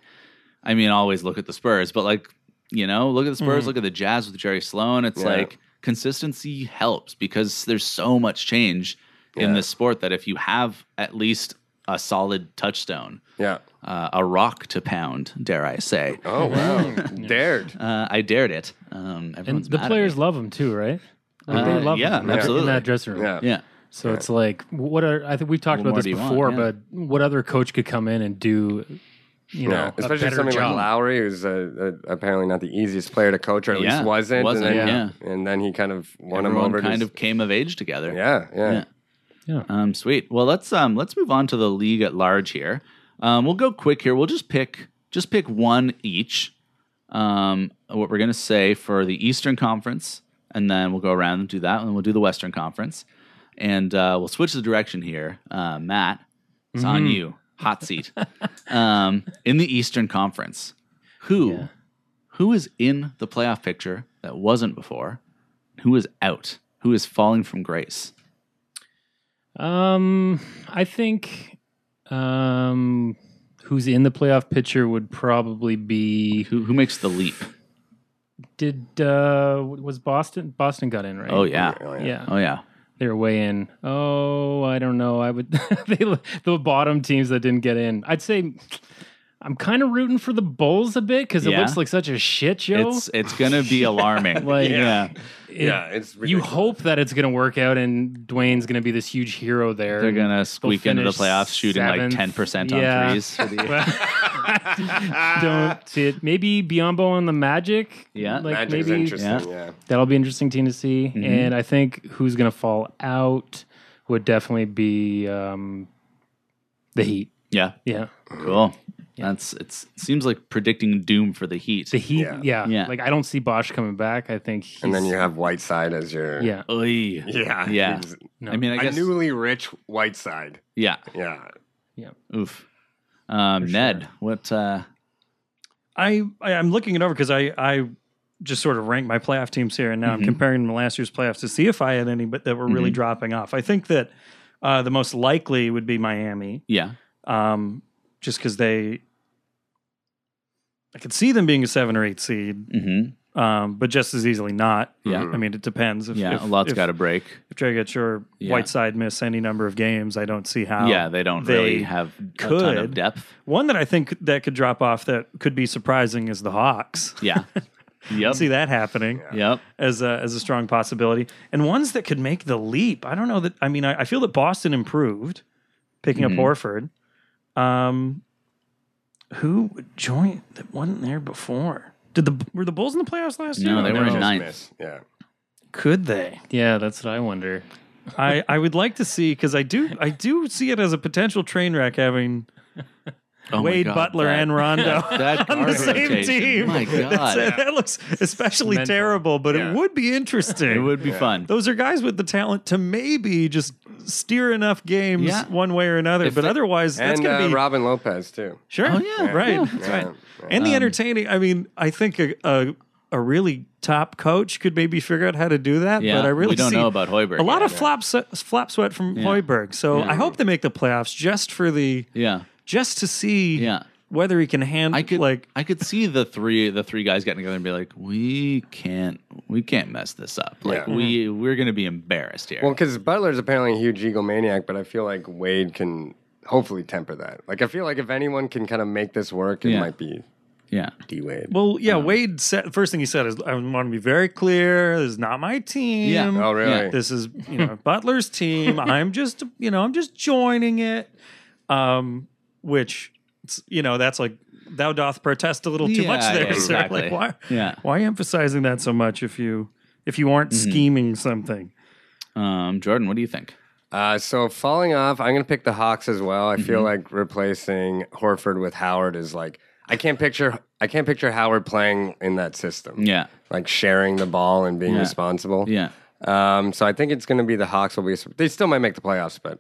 S4: i mean always look at the spurs but like you know look at the spurs look at the jazz with jerry sloan it's
S1: Mm-hmm. Yeah.
S4: like consistency helps because there's so much change in
S1: Yeah.
S4: this sport that if you have at least a solid touchstone
S1: yeah.
S4: uh, a rock to pound dare i say
S1: Oh wow, dared.
S4: uh, i dared it um,
S3: And
S4: everyone's
S3: the
S4: mad at
S3: players
S4: me.
S3: love him too, right?
S4: Uh,
S3: Like, they love
S4: yeah,
S3: him in that-
S4: absolutely.
S3: in that dressing room.
S1: Yeah.
S4: yeah
S3: So it's like, what are I think we've talked
S4: What more
S3: about
S4: do
S3: this
S4: you want?
S3: before,
S4: Yeah.
S3: but what other coach could come in and do, you know,
S1: Yeah,
S3: a
S1: especially
S3: better
S1: something
S3: job?
S1: like Lowry, who's uh, uh, apparently not the easiest player to coach, or at
S4: Yeah,
S1: least wasn't.
S4: wasn't,
S1: and then,
S4: yeah.
S1: and then he kind of won
S4: Everyone
S1: him over.
S4: kind
S1: to,
S4: of came of age together
S1: yeah, yeah,
S4: Yeah.
S3: Yeah.
S4: Um, sweet. Well, let's um, let's move on to the league at large here. Um, we'll go quick here. We'll just pick just pick one each. Um, what we're gonna say for the Eastern Conference, and then we'll go around and do that, and we'll do the Western Conference, and uh, we'll switch the direction here. Uh, Matt, it's on you. Hot seat. um, in the Eastern Conference, who
S3: Yeah.
S4: who is in the playoff picture that wasn't before? Who is out? Who is falling from grace?
S3: Um, I think, um, who's in the playoff picture would probably be
S4: Who who makes the leap?
S3: did uh was Boston Boston got in right?
S4: Oh yeah,
S3: Yeah.
S4: oh yeah.
S3: They were way in. Oh, I don't know. I would they the bottom teams that didn't get in. I'd say I'm kind of rooting for the Bulls a bit cuz it
S4: Yeah.
S3: looks like such a shit show.
S4: It's it's gonna be alarming.
S3: like
S4: yeah,
S3: it-
S1: yeah, it's
S3: you
S1: ridiculous.
S3: hope that it's going to work out and Dwayne's going to be this huge hero there.
S4: they're
S3: and
S4: gonna squeak into the
S3: finish
S4: playoffs shooting like
S3: seventh.
S4: ten percent on
S3: Yeah.
S4: threes.
S3: don't see it. Maybe Biombo on the Magic.
S4: Yeah.
S3: like
S1: Magic's
S3: maybe
S1: interesting. Yeah.
S3: that'll be interesting team to see.
S4: Mm-hmm.
S3: And I think who's going to fall out would definitely be um, the Heat.
S4: Yeah,
S3: Yeah,
S4: cool. That's it's seems like predicting doom for the Heat.
S3: the Heat.
S1: Yeah.
S3: Yeah,
S4: Yeah.
S3: like I don't see Bosch coming back. I think he's,
S1: And then you have Whiteside as your
S3: yeah.
S4: Oy.
S1: yeah
S4: Yeah.
S1: he's
S3: No.
S4: I mean, I
S1: A
S4: guess
S1: newly rich Whiteside.
S4: yeah.
S1: Yeah.
S4: Oof. Um, Ned, what? Uh,
S5: I, I I'm looking it over because I I just sort of rank my playoff teams here, and now
S4: Mhm.
S5: I'm comparing them to last year's playoffs to see if I had any, but that were
S4: Mm-hmm.
S5: really dropping off. I think that uh, the most likely would be Miami,
S4: yeah,
S5: um, just because they. I could see them being a seven or eight seed,
S4: hmm
S5: um, but just as easily not.
S4: Yeah.
S5: I mean, it depends. If,
S4: yeah.
S5: if,
S4: a lot's
S5: if,
S4: got to break.
S5: If Dragic or
S4: Yeah.
S5: Whiteside miss any number of games, I don't see how.
S4: yeah, they don't
S5: they
S4: really have a ton of
S5: could.
S4: depth.
S5: One that I think that could drop off that could be surprising is the Hawks.
S4: Yeah.
S5: I
S4: yep.
S5: see that happening
S4: Yep.
S5: as a, as a strong possibility, and ones that could make the leap. I don't know that. I mean, I, I feel that Boston improved picking
S4: Mhm.
S5: up Horford. Um, who joined that wasn't there before? Did the were the Bulls in the playoffs last year?
S4: No, they were in
S1: Just
S4: ninth.
S1: miss. Yeah.
S5: Could they?
S3: yeah, that's what I wonder.
S5: I, I would like to see because I do I do see it as a potential train wreck having
S4: Oh my
S5: Wade
S4: God,
S5: Butler
S4: that-
S5: and Rondo.
S4: that
S5: on the
S4: garbage
S5: same
S4: rotation.
S5: team.
S4: My
S5: That's-
S4: God.
S5: that looks especially
S3: mental.
S5: terrible, but
S1: Yeah.
S5: it would be interesting.
S4: it would be fun.
S5: Those are guys with the talent to maybe just steer enough games
S4: Yeah.
S5: one way or another,
S4: If
S5: but
S4: they-
S5: otherwise that's
S1: And
S5: going to
S1: uh,
S5: be
S1: Robin Lopez too.
S5: sure.
S4: Oh, yeah.
S5: right,
S4: Yeah.
S5: that's
S1: Yeah.
S5: right. And the
S4: Um,
S5: entertaining. I mean, I think a, a a really top coach could maybe figure out how to do that,
S4: Yeah,
S5: but I really
S4: we don't
S5: see
S4: know about Hoiberg.
S5: a lot of flop se- flop sweat from Hoiberg. So I hope they make the playoffs just for the
S4: yeah.
S5: just to see
S4: Yeah.
S5: whether he can handle.
S4: I could
S5: like
S4: like I could see the three the three guys getting together and be like, we can't we can't mess this up. Like
S1: Yeah.
S4: we we're gonna be embarrassed here.
S1: Well, because Butler's apparently a huge egomaniac, but I feel like Wade can hopefully temper that. Like, I feel like if anyone can kind of make this work, it
S4: Yeah.
S1: might be
S4: yeah.
S1: D Wade.
S5: Well, yeah,
S4: Um,
S5: Wade said first thing he said is I want to be very clear, this is not my team.
S4: Yeah.
S1: oh, really?
S5: This is, you know, Butler's team. I'm just, you know, I'm just joining it. Um which it's- you know, that's like thou doth protest a little too
S4: Yeah,
S5: much there,
S4: yeah,
S5: sir.
S4: exactly.
S5: Like why
S4: Yeah. Mm-hmm.
S5: why emphasizing that so much if you if you aren't scheming something?
S4: Um Jordan, what do you think?
S1: Uh, so falling off, I'm gonna pick the Hawks as well. I feel
S4: Mm-hmm.
S1: like replacing Horford with Howard is like I can't picture I can't picture Howard playing in that system.
S4: Yeah.
S1: Like sharing the ball and being
S4: Yeah.
S1: responsible.
S4: Yeah.
S1: Um, so I think it's going to be the Hawks will be. They still might make the playoffs, but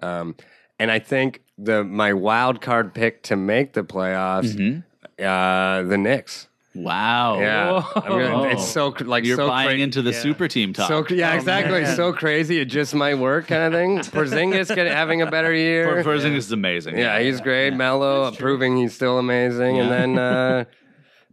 S1: um, and I think the my wild card pick to make the playoffs,
S4: Mm-hmm.
S1: uh, the Knicks.
S4: Wow.
S1: Yeah, I'm gonna, it's so cr- like
S4: You're
S1: so
S4: buying
S1: cra-
S4: into the super team talk.
S1: So cr- yeah, exactly. So crazy. It just might work, kind of thing. Porzingis get, having a better year.
S4: Porzingis is amazing.
S1: yeah, he's great. Mello proving he's still amazing, and then uh,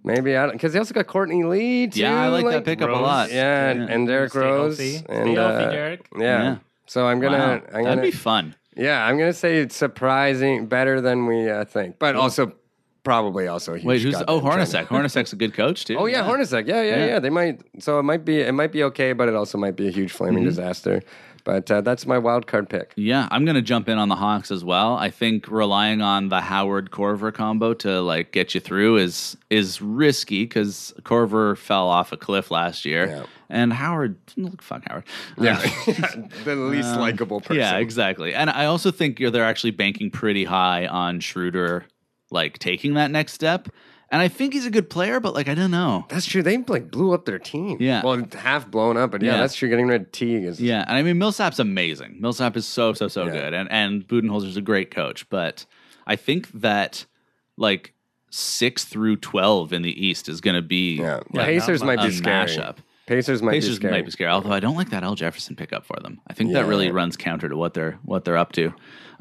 S1: maybe I don't because they also got Courtney Lee. Too,
S4: Yeah, I like that pickup a
S3: Rose.
S4: lot.
S1: Yeah, and- and Derrick Rose. And, uh, Yeah.
S4: Yeah.
S1: So I'm gonna,
S4: Wow.
S1: I'm
S4: That'd
S1: gonna,
S4: be fun.
S1: yeah, I'm gonna say it's surprising, better than we uh, think, but also probably also a huge.
S4: Wait, who's
S1: goddamn
S4: oh
S1: trend.
S4: Hornacek? Hornacek's a good coach too.
S1: Oh yeah, Hornacek. Yeah, yeah,
S4: Yeah.
S1: yeah, They might. So it might be, it might be okay, but it also might be a huge flaming
S4: Mm-hmm.
S1: disaster. But uh, that's my wild card pick.
S4: Yeah, I'm gonna jump in on the Hawks as well. I think relying on the Howard Corver combo to like get you through is is risky because Corver fell off a cliff last year,
S1: Yeah.
S4: and Howard look fuck Howard.
S1: Yeah, the least likable person.
S4: Uh, Yeah, exactly. And I also think you're, they're actually banking pretty high on Schroeder, like taking that next step. And I think he's a good player, but like I don't know.
S1: That's true. They like blew up their team.
S4: Yeah.
S1: well, half blown up, but yeah,
S4: Yeah.
S1: that's true. Getting rid of Teague is
S4: Yeah, and I mean Millsap's amazing. Millsap is so so so
S1: Yeah.
S4: good, and and Budenholzer's a great coach. But I think that like six through twelve in the East is going to be
S1: yeah.
S4: like,
S1: Pacers
S4: a-
S1: might be
S4: a
S1: scary.
S4: mashup.
S1: Pacers might be
S4: Pacers
S1: scary.
S4: might be scary. Although I don't like that Al Jefferson pickup for them. I think that really runs counter to what they're what they're up to.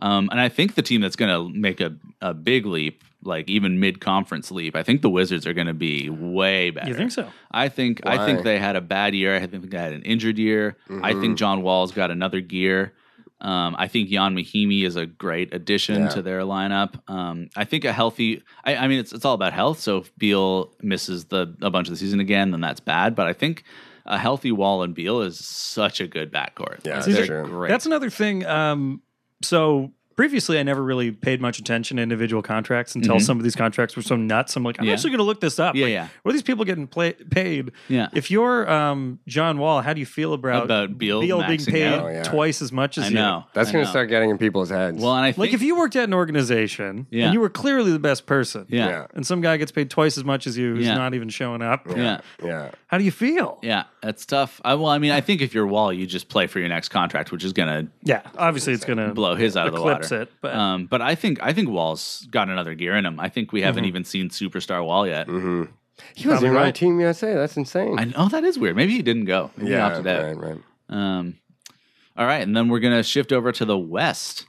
S4: Um, and I think the team that's going to make a, a big leap, like even mid conference leap, I think the Wizards are going to be way better.
S5: You think so?
S4: I think I think they had a bad year. I think they had an injured year. I
S1: Mm-hmm.
S4: think John Wall's got another gear. Um, I think Jan Mahimi is a great addition to their lineup. Um, I think a healthy. I, I mean, it's it's all about health. So if Beal misses the a bunch of the season again, then that's bad. But I think a healthy Wall and Beal is such a good backcourt.
S1: Yeah,
S4: Like,
S1: that's
S4: they're
S1: true.
S4: great.
S5: That's another thing. Um, so previously, I never really paid much attention to individual contracts until some of these contracts were so nuts. I'm like, I'm
S4: Mm-hmm. Yeah.
S5: actually going to look this up.
S4: Yeah,
S5: Like,
S4: yeah.
S5: Were these people getting play- paid?
S4: Yeah.
S5: If you're um, John Wall, how do you feel about
S4: About Beal
S5: being
S4: maxing
S5: paid
S4: out?
S1: Oh, yeah.
S5: twice as much as
S4: I
S5: you?
S4: know.
S1: That's
S4: I
S1: going to
S4: know.
S1: start getting in people's heads.
S4: Well, and I think
S5: Like if you worked at an organization
S4: Yeah.
S5: and you were clearly the best person,
S4: yeah.
S1: yeah,
S5: and some guy gets paid twice as much as you, who's
S4: Yeah.
S5: not even showing up.
S4: yeah.
S1: yeah.
S5: How do you feel?
S4: Yeah, that's tough. I, well, I mean, I think if you're Wall, you just play for your next contract, which is going to
S5: Yeah, obviously it's gonna
S4: blow his out of the
S5: eclipse
S4: water.
S5: it, but-
S4: um, but I think I think Wall's got another gear in him. I think we
S3: Mm-hmm.
S4: haven't even seen superstar Wall yet.
S1: Mm-hmm. He was in
S5: right.
S1: Team USA. That's insane.
S4: I know that is weird. Maybe he didn't go. Maybe he
S1: yeah,
S4: opted out.
S1: right, right.
S4: Um, all right, and then we're gonna shift over to the West.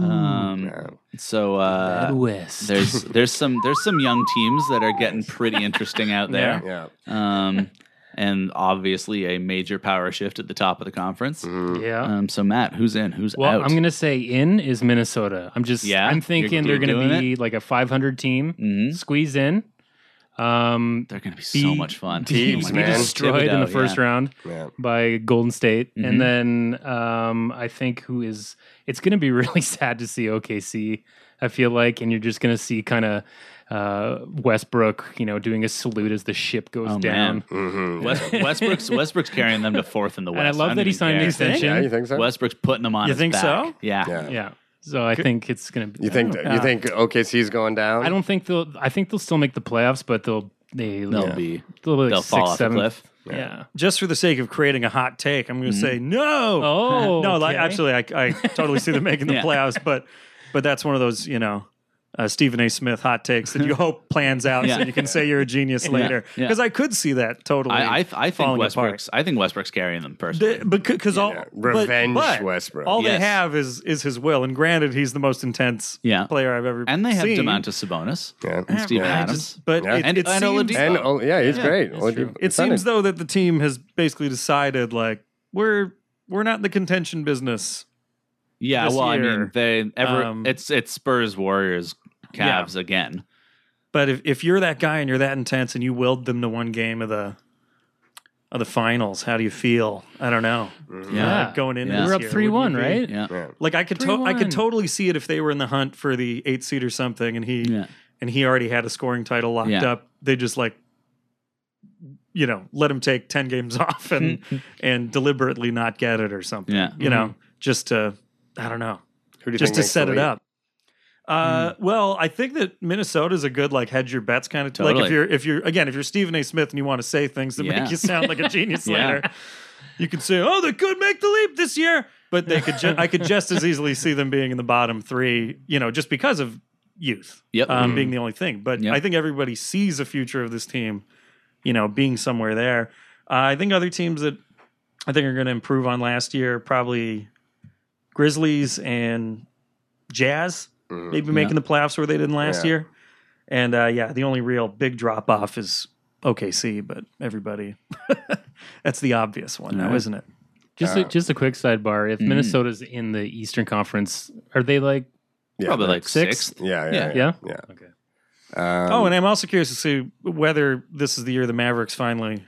S4: Um, so uh,
S3: West.
S4: there's there's some there's some young teams that are getting pretty interesting out there.
S1: Yeah,
S4: Um, and obviously a major power shift at the top of the conference.
S1: Mm-hmm. Mm.
S3: Yeah.
S4: Um, so Matt, who's in? Who's
S3: well,
S4: out?
S3: I'm gonna say in is Minnesota. I'm just
S4: Yeah?
S3: I'm thinking
S4: You're-
S3: they're
S4: you're
S3: gonna
S4: doing
S3: be like a 500 team
S4: Mhm.
S3: squeeze in. Um,
S4: They're going to be so
S3: Be-
S4: much fun.
S1: teams,
S4: Oh my
S3: be
S1: man.
S4: God.
S3: destroyed in the
S4: Thibodeau,
S3: first
S4: yeah.
S3: round
S1: yeah.
S3: by Golden State,
S4: Mhm.
S3: and then um, I think who is it's gonna be really sad to see OKC. I feel like, and you're just gonna see kind of uh, Westbrook, you know, doing a salute as the ship goes
S4: Oh,
S3: down.
S4: man.
S1: Mm-hmm.
S4: West, Westbrook's Westbrook's carrying them to fourth in the West.
S3: And I love
S4: don't
S3: that he
S4: even
S3: signed an
S4: care.
S3: extension.
S1: Yeah, you think so?
S4: Westbrook's putting them on.
S5: You
S4: his
S5: think
S4: back.
S5: so?
S4: Yeah.
S1: yeah.
S3: Yeah. So I think it's gonna. Be,
S1: You think you think OKC's going down?
S3: I don't think they'll. I think they'll still make the playoffs, but they'll they
S4: They'll
S3: they'll be
S4: be.
S3: they'll, be like
S4: They'll
S3: sixth,
S4: fall off a
S3: seventh.
S4: cliff.
S3: Yeah.
S5: just for the sake of creating a hot take, I'm going
S1: Mm-hmm.
S5: to say no.
S3: Oh,
S5: no, like
S3: okay.
S5: actually, I, I totally see them making the
S4: Yeah.
S5: playoffs, but but that's one of those you know uh, Stephen A. Smith hot takes that you hope plans out so
S4: Yeah.
S5: you can say you're a genius later.
S4: Yeah.
S5: Because I could see that totally.
S4: I, I, I think
S5: falling apart.
S4: Westbrook's. I think Westbrook's carrying them personally.
S5: Because all
S1: Yeah.
S5: but-
S1: Revenge
S5: but
S1: Westbrook.
S5: All
S4: Yes.
S5: they have is is his will, and granted, he's the most intense
S4: Yeah.
S5: player I've ever
S4: and they have
S5: seen,
S4: Demontis Sabonis
S1: Yeah.
S4: and Steven
S1: Yeah.
S4: Adams.
S5: But
S1: Yeah.
S5: it,
S4: And-
S5: it
S4: and
S5: seems,
S4: Oladipo.
S1: And oh, yeah, he's
S4: Yeah,
S1: great.
S3: that's
S1: Oladipo-
S3: true.
S5: it
S1: Sonny.
S5: seems though that the team has basically decided like we're we're not in the contention business.
S4: yeah.
S5: this
S4: Well, I mean,
S5: year,
S4: they ever.
S5: um,
S4: it's it's Spurs, Warriors,
S5: Yeah.
S4: Cavs again.
S5: But if, if you're that guy and you're that intense and you willed them to one game of the of the finals, how do you feel? I don't know.
S1: Mm-hmm.
S3: Yeah.
S5: Going into
S4: Yeah.
S5: this
S3: We're up
S5: year,
S3: three one,
S5: would you be-
S3: right?
S4: Yeah.
S1: Yeah.
S5: Like I could to- I
S3: 3-1.
S5: could totally see it if they were in the hunt for the eight seed or something, and he
S4: Yeah.
S5: and he already had a scoring title locked
S4: Yeah.
S5: up. They just like you know let him take ten games off and and deliberately not get it or something.
S4: Yeah.
S5: You know, just to I don't know.
S1: Who do you
S5: just
S1: think
S5: to
S1: makes
S5: set
S1: the
S5: it
S1: lead?
S5: up. Uh,
S4: Mm.
S5: Well, I think that Minnesota's a good like hedge your bets kind of t- like
S4: Totally.
S5: if you're if you're again if you're Stephen A. Smith and you want to say things that
S4: Yeah.
S5: make you sound like a genius
S4: Yeah.
S5: later, you can say oh they could make the leap this year, but they could ju- I could just as easily see them being in the bottom three, you know, just because of youth
S4: Yep. Mm.
S5: um, being the only thing. But
S4: Yep.
S5: I think everybody sees a future of this team, you know, being somewhere there. Uh, I think other teams that I think are going to improve on last year probably Grizzlies and Jazz, maybe making the playoffs where they didn't last
S1: Mm-hmm. Yeah.
S5: year. And uh, yeah, the only real big drop off is OKC, but everybody, that's the obvious one now,
S4: Yeah.
S5: isn't it?
S3: Just a, just a quick sidebar. If Minnesota's in the Eastern Conference, are they like
S1: Yeah.
S4: Probably like
S3: sixth?
S4: sixth.
S1: Yeah,
S4: Yeah.
S1: yeah,
S3: yeah?
S1: yeah.
S3: Okay.
S1: Um,
S5: oh, and I'm also curious to see whether this is the year the Mavericks finally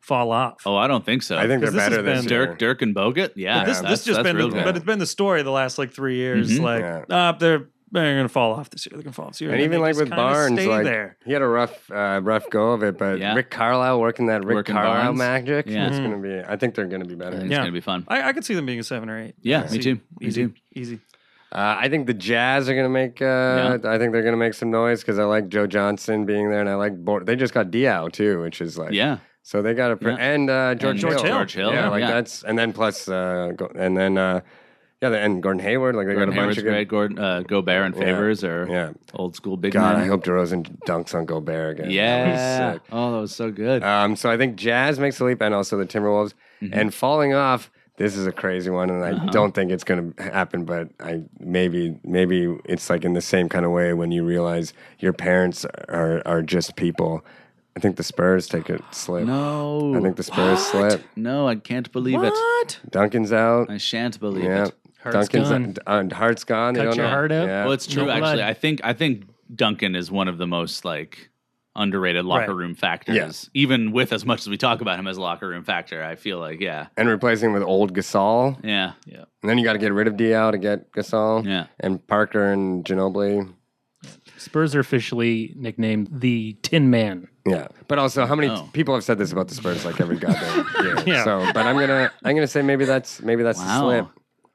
S5: fall off.
S4: Oh, I don't think so.
S1: I think they're
S5: 'Cause this has
S1: better than
S5: been-
S4: Dirk, Dirk, and Bogut. Yeah.
S5: But this
S4: that's-
S5: this just
S4: that's
S5: been,
S4: real
S5: the,
S4: good.
S5: but it's been the story the last like three years.
S4: Mhm.
S5: Like,
S1: Yeah.
S5: uh, they're they're gonna fall off this year. They're gonna fall off this year.
S1: And
S5: then they
S1: even like
S5: just
S1: with
S5: kinda
S1: Barnes,
S5: stay
S1: like
S5: there.
S1: he had a rough, uh, rough go of it. But
S4: Yeah.
S1: Rick Carlisle working that Rick
S4: Working
S1: Carlisle
S4: Barnes.
S1: magic,
S4: Yeah.
S1: it's gonna be. I think they're gonna be
S4: I
S1: better.
S4: think it's
S5: Yeah.
S4: gonna be fun.
S5: I, I could see them being a seven or eight.
S4: Yeah, me too. Me
S5: Easy,
S4: too.
S5: easy.
S1: Uh, I think the Jazz are gonna make. Uh, I think they're gonna make some noise because I like Joe Johnson being there, and I like. Bor- they just got Diao too, which is like.
S4: Yeah.
S1: So they got a pr-
S4: Yeah.
S1: and uh, George
S4: And
S1: Hill.
S4: George Hill,
S1: Yeah, like
S4: yeah.
S1: that's and then plus uh, go- and then uh, Yeah, and Gordon Hayward, like they
S4: Gordon
S1: got a bunch
S4: Hayward's
S1: of good.
S4: great. Gordon uh, Gobert and
S1: Yeah.
S4: Favors or
S1: Yeah.
S4: old school big
S1: God,
S4: men.
S1: I hope DeRozan dunks on Gobert again. That was
S4: yeah.
S1: sick.
S4: Oh, that was so good.
S1: Um, so I think Jazz makes the leap, and also the Timberwolves.
S3: Mm-hmm.
S1: And falling off, this is a crazy one, and I
S3: Uh-huh.
S1: don't think it's going to happen. But I maybe maybe it's like in the same kind of way when you realize your parents are are just people. I think the Spurs take a slip.
S4: no.
S1: I think the Spurs slip.
S4: no, I can't believe it.
S5: What?
S1: Duncan's out.
S4: I shan't believe
S1: Yeah,
S4: it.
S3: Heart's
S1: Duncan's
S3: gone.
S1: and heart's gone. They
S3: Cut
S1: don't
S3: your
S1: know.
S3: heart out.
S1: Yeah.
S4: Well, it's true
S3: No blood.
S4: actually. I think I think Duncan is one of the most like underrated locker
S5: Right.
S4: room factors. Even with as much as we talk about him as a locker room factor, I feel like yeah,
S1: and replacing him with old Gasol.
S4: yeah,
S1: And then you got to get rid of DL to get Gasol.
S4: Yeah.
S1: And Parker and Ginobili.
S3: Spurs are officially nicknamed the Tin Man.
S1: Yeah. But also, how many
S4: Oh.
S1: people have said this about the Spurs like every goddamn year?
S5: Yeah.
S1: So, but I'm gonna I'm gonna say maybe that's maybe that's
S4: Wow.
S1: the slip.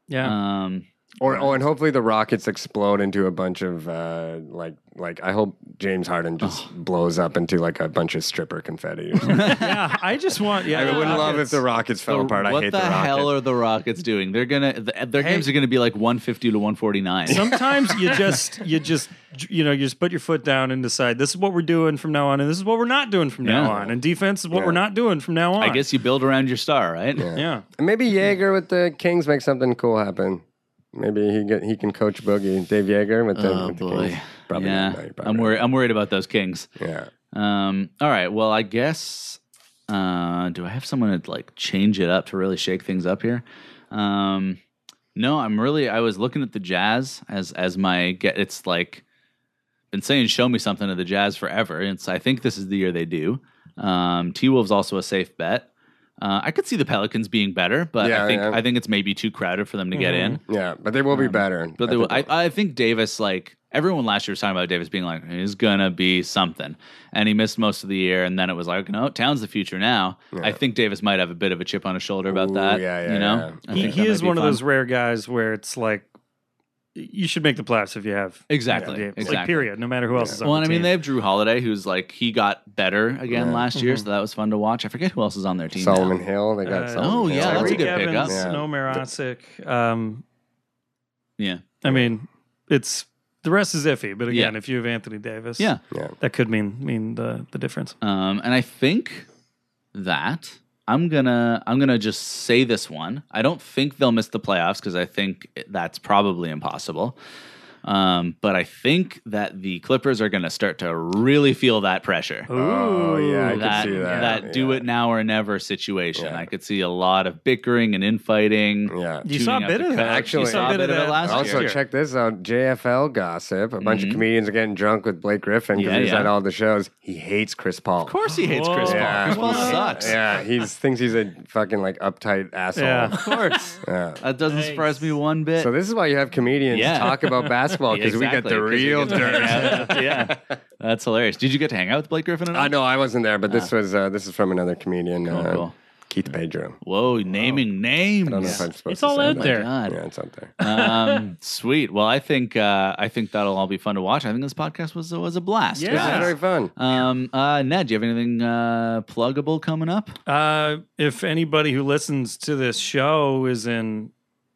S5: Yeah.
S4: um,
S1: Or oh, and hopefully the Rockets explode into a bunch of uh, like like I hope James Harden just blows up into like a bunch of stripper confetti. Or something.
S5: yeah. I just want. Yeah.
S1: I would love if
S5: Rockets.
S1: the Rockets fell apart. I
S4: what
S1: hate
S4: the,
S1: the, Rockets.
S4: hell are the Rockets doing? They're gonna th- their games are gonna be like one fifty to one forty nine.
S5: Sometimes you just you just you know you just put your foot down and decide this is what we're doing from now on and this is what we're not doing from
S4: Yeah.
S5: now on and defense is what
S1: Yeah.
S5: we're not doing from now on.
S4: I guess you build around your star, right?
S5: Yeah.
S1: Maybe Jaeger with the Kings makes something cool happen. Maybe he get, he can coach Boogie Dave Jaeger with the,
S4: Oh
S1: with the
S4: boy,
S1: Kings. Probably
S4: yeah.
S1: not, no, you're probably
S4: I'm
S1: right.
S4: worried. I'm worried about those Kings.
S1: Yeah.
S4: Um, all right. Well, I guess. Uh, do I have someone to like change it up to really shake things up here? Um, no, I'm really. I was looking at the Jazz as as my get. It's like been saying, show me something of the Jazz forever. And so I think this is the year they do. Um, T Wolves also a safe bet. Uh, I could see the Pelicans being better, but
S1: Yeah,
S4: I think
S1: yeah. Mm-hmm.
S4: I think it's maybe too crowded for them to get in.
S1: Yeah, but they will be better.
S4: Um, But they
S1: I
S4: will, I,
S1: think
S4: I think Davis, like everyone last year was talking about Davis being like, he's gonna be something, and he missed most of the year, and then it was like, no, Town's the future now. I think Davis might have a bit of a chip on his shoulder about
S1: Ooh,
S4: that.
S1: yeah, yeah,
S4: you know,
S1: yeah.
S4: I
S5: He,
S4: think
S5: he
S4: that
S5: is
S4: might be
S5: one of
S4: fun.
S5: those rare guys where it's like you should make the playoffs if you have
S4: Exactly,
S5: Like,
S4: exactly.
S5: period. No matter who else is on
S4: Well,
S5: the
S4: and I mean,
S5: team.
S4: they have Drew Holiday, who's like he got better again last year, so that was fun to watch. I forget who else is on their team. now.
S1: Mm-hmm. Solomon Hill. They got
S5: Uh,
S1: Solomon
S4: oh,
S1: Hill.
S4: yeah, that's a
S5: Tyreek
S4: good
S5: Evans,
S4: pickup.
S1: Yeah.
S5: Nomer Ossick. Um,
S4: Yeah,
S5: I mean, it's the rest is iffy. But again,
S4: Yeah.
S5: if you have Anthony Davis,
S4: yeah.
S1: Yeah.
S5: that could mean mean the the difference.
S4: Um, and I think that I'm gonna I'm gonna just say this one. I don't think they'll miss the playoffs because I think that's probably impossible. Um, but I think that the Clippers are gonna start to really feel that pressure.
S1: Oh, yeah, I could
S4: that
S1: see that.
S4: that do
S1: yeah.
S4: it now or never situation.
S1: Yeah.
S4: I could see a lot of bickering and infighting.
S1: Yeah.
S5: You saw a
S4: tuning up
S5: bit
S4: the
S5: of that.
S4: coach.
S1: Actually,
S4: You saw a bit of it last
S1: Also,
S4: year. Mm-hmm.
S1: check this out JFL gossip. A bunch of comedians are getting drunk with Blake Griffin because
S4: Yeah,
S1: he's
S4: yeah.
S1: at all the shows. He hates Chris Paul.
S4: Of course, he hates Chris Paul.
S1: Yeah.
S4: Chris Paul
S1: Yeah.
S4: sucks.
S1: Yeah, he thinks he's a fucking like uptight asshole.
S5: Yeah.
S4: Of course,
S1: Yeah.
S4: that doesn't surprise me one bit.
S1: So this is why you have comedians
S4: Yeah.
S1: talk about
S5: Oh,
S1: basketball because we got
S4: Exactly,
S1: the
S4: 'cause we
S1: real
S4: get to
S1: dirt.
S4: hang out. yeah, that's hilarious. Did you get to hang out with Blake Griffin? At all?
S1: I know I wasn't there, but this was uh, this is from another comedian, uh,
S4: cool.
S1: Keith Pedro.
S4: Whoa, naming names.
S1: I don't know if I'm supposed
S3: It's
S1: to
S3: all
S1: say
S3: out
S1: that.
S3: there.
S4: Oh God.
S1: Yeah, it's out there.
S4: um, sweet. Well, I think uh, I think that'll all be fun to watch. I think this podcast was was a blast.
S5: Yeah.
S1: This is very fun.
S4: Um, uh, Ned, do you have anything uh, pluggable coming up?
S5: Uh, if anybody who listens to this show is in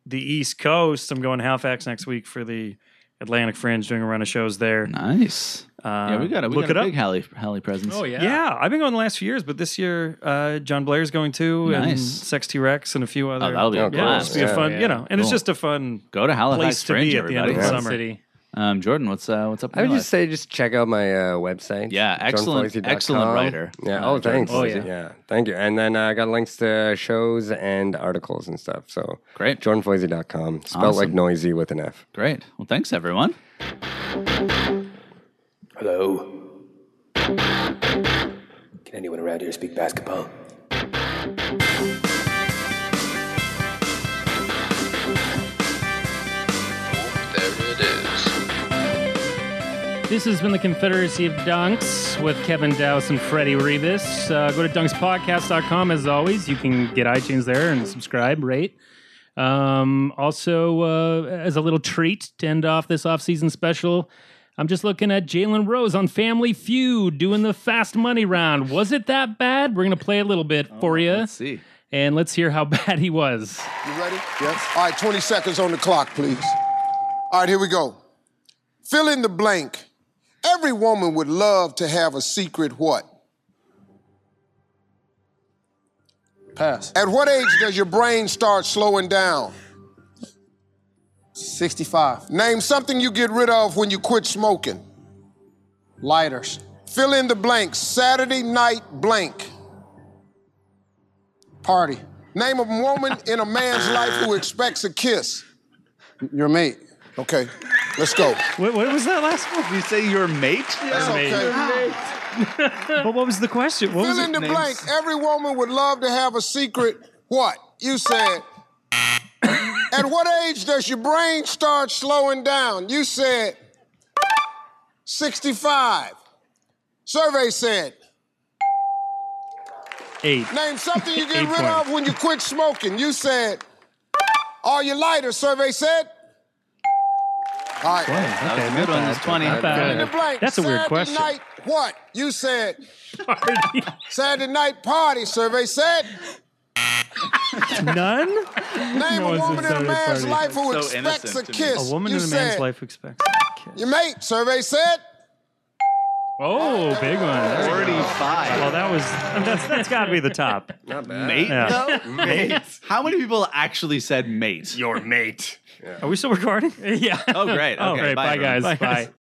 S5: the East Coast, I'm going to Halifax next week for the Atlantic Fringe, doing a run of shows there.
S4: Nice.
S5: Uh,
S4: yeah, we got a, we
S5: look
S4: got a
S5: it
S4: big
S5: up. Oh,
S4: Hallie Hallie presence.
S5: Yeah. I've been going the last few years, but this year uh, John Blair's going too, and
S4: Nice. Oh,
S5: Sex T Rex, and a few other.
S4: that'll be
S5: yeah,
S4: a
S5: it'll just be
S1: blast.
S5: a fun,
S3: Yeah.
S5: you know, and it's
S4: Cool.
S5: just a fun.
S4: Go to Halifax
S5: Place to
S4: Fringe,
S5: be at the end
S4: everybody.
S5: of the
S1: Yeah.
S5: summer.
S3: City.
S4: Um, Jordan, what's uh, what's up? in
S1: I would
S4: your
S1: just
S4: life?
S1: say just check out my uh, website.
S4: Yeah, excellent-
S1: johnfoisey.com.
S4: excellent writer. Uh,
S1: Yeah. oh,
S4: Jordan
S1: thanks.
S3: Foisey.
S1: yeah. thank you. And then uh, I got links to shows and articles and stuff. So
S4: Great.
S1: JordanFoisey.com, spelled like
S4: Awesome.
S1: noisy with an F.
S4: great. Well, thanks everyone.
S6: Hello? Can anyone around here speak basketball?
S2: There it is.
S3: This has been the Confederacy of Dunks with Kevin Dowse and Freddie Rebus. Uh, go to dunkspodcast.com as always. You can get iTunes there and subscribe, rate. Um, also, uh, as a little treat to end off this off-season special, I'm just looking at Jalen Rose on Family Feud doing the fast money round. Was it that bad? We're going to play a little bit for you.
S4: Let's see.
S3: and let's hear how bad he was.
S7: You ready? Yes. All right, 20 seconds on the clock, please. All right, here we go. Fill in the blank. Every woman would love to have a secret what?
S8: Pass.
S7: At what age does your brain start slowing down?
S8: 65.
S7: Name something you get rid of when you quit smoking.
S8: Lighters.
S7: Fill in the blank. Saturday night blank.
S8: Party.
S7: Name a woman in a man's life who expects a kiss.
S8: Your mate.
S7: Okay, let's go.
S5: What, what was that last one?
S4: Did you say your mate?
S7: That's okay.
S5: But what was the question? What was
S7: Fill in
S5: it?
S7: the blank. Every woman would love to have a secret. What? You said. At what age does your brain start slowing down? You said 65. Survey said.
S3: Eight.
S7: Name something you get
S3: Eight
S7: rid
S3: points.
S7: of when you quit smoking. You said. All your lighters, survey said. All right.
S4: That was a good one. That's 20.
S7: Fill in the blank.
S3: That's a weird
S7: Saturday
S3: question.
S7: Night, what? You said.
S3: Party.
S7: Saturday night party, survey said.
S5: None?
S7: Name
S5: No
S7: a
S5: one
S7: woman
S5: said
S7: in a
S5: Saturday
S7: man's
S5: party.
S7: life who
S4: That's so
S7: expects a
S4: innocent to me.
S7: kiss.
S5: A woman
S7: you
S5: in a
S7: said,
S5: man's life expects.
S7: Your mate, survey said.
S3: Oh, big one. There we go.
S4: 35.
S5: Well, that was that's that's got to be the top.
S1: Not bad.
S4: Mate,
S5: Yeah.
S4: though? Mate. How many people actually said mate?
S1: Your mate.
S5: Are we still recording?
S3: Yeah.
S4: Oh, great. Okay,
S3: All right.
S4: bye,
S3: Bye,
S4: everyone.
S3: guys.
S5: Bye, guys.
S3: Bye.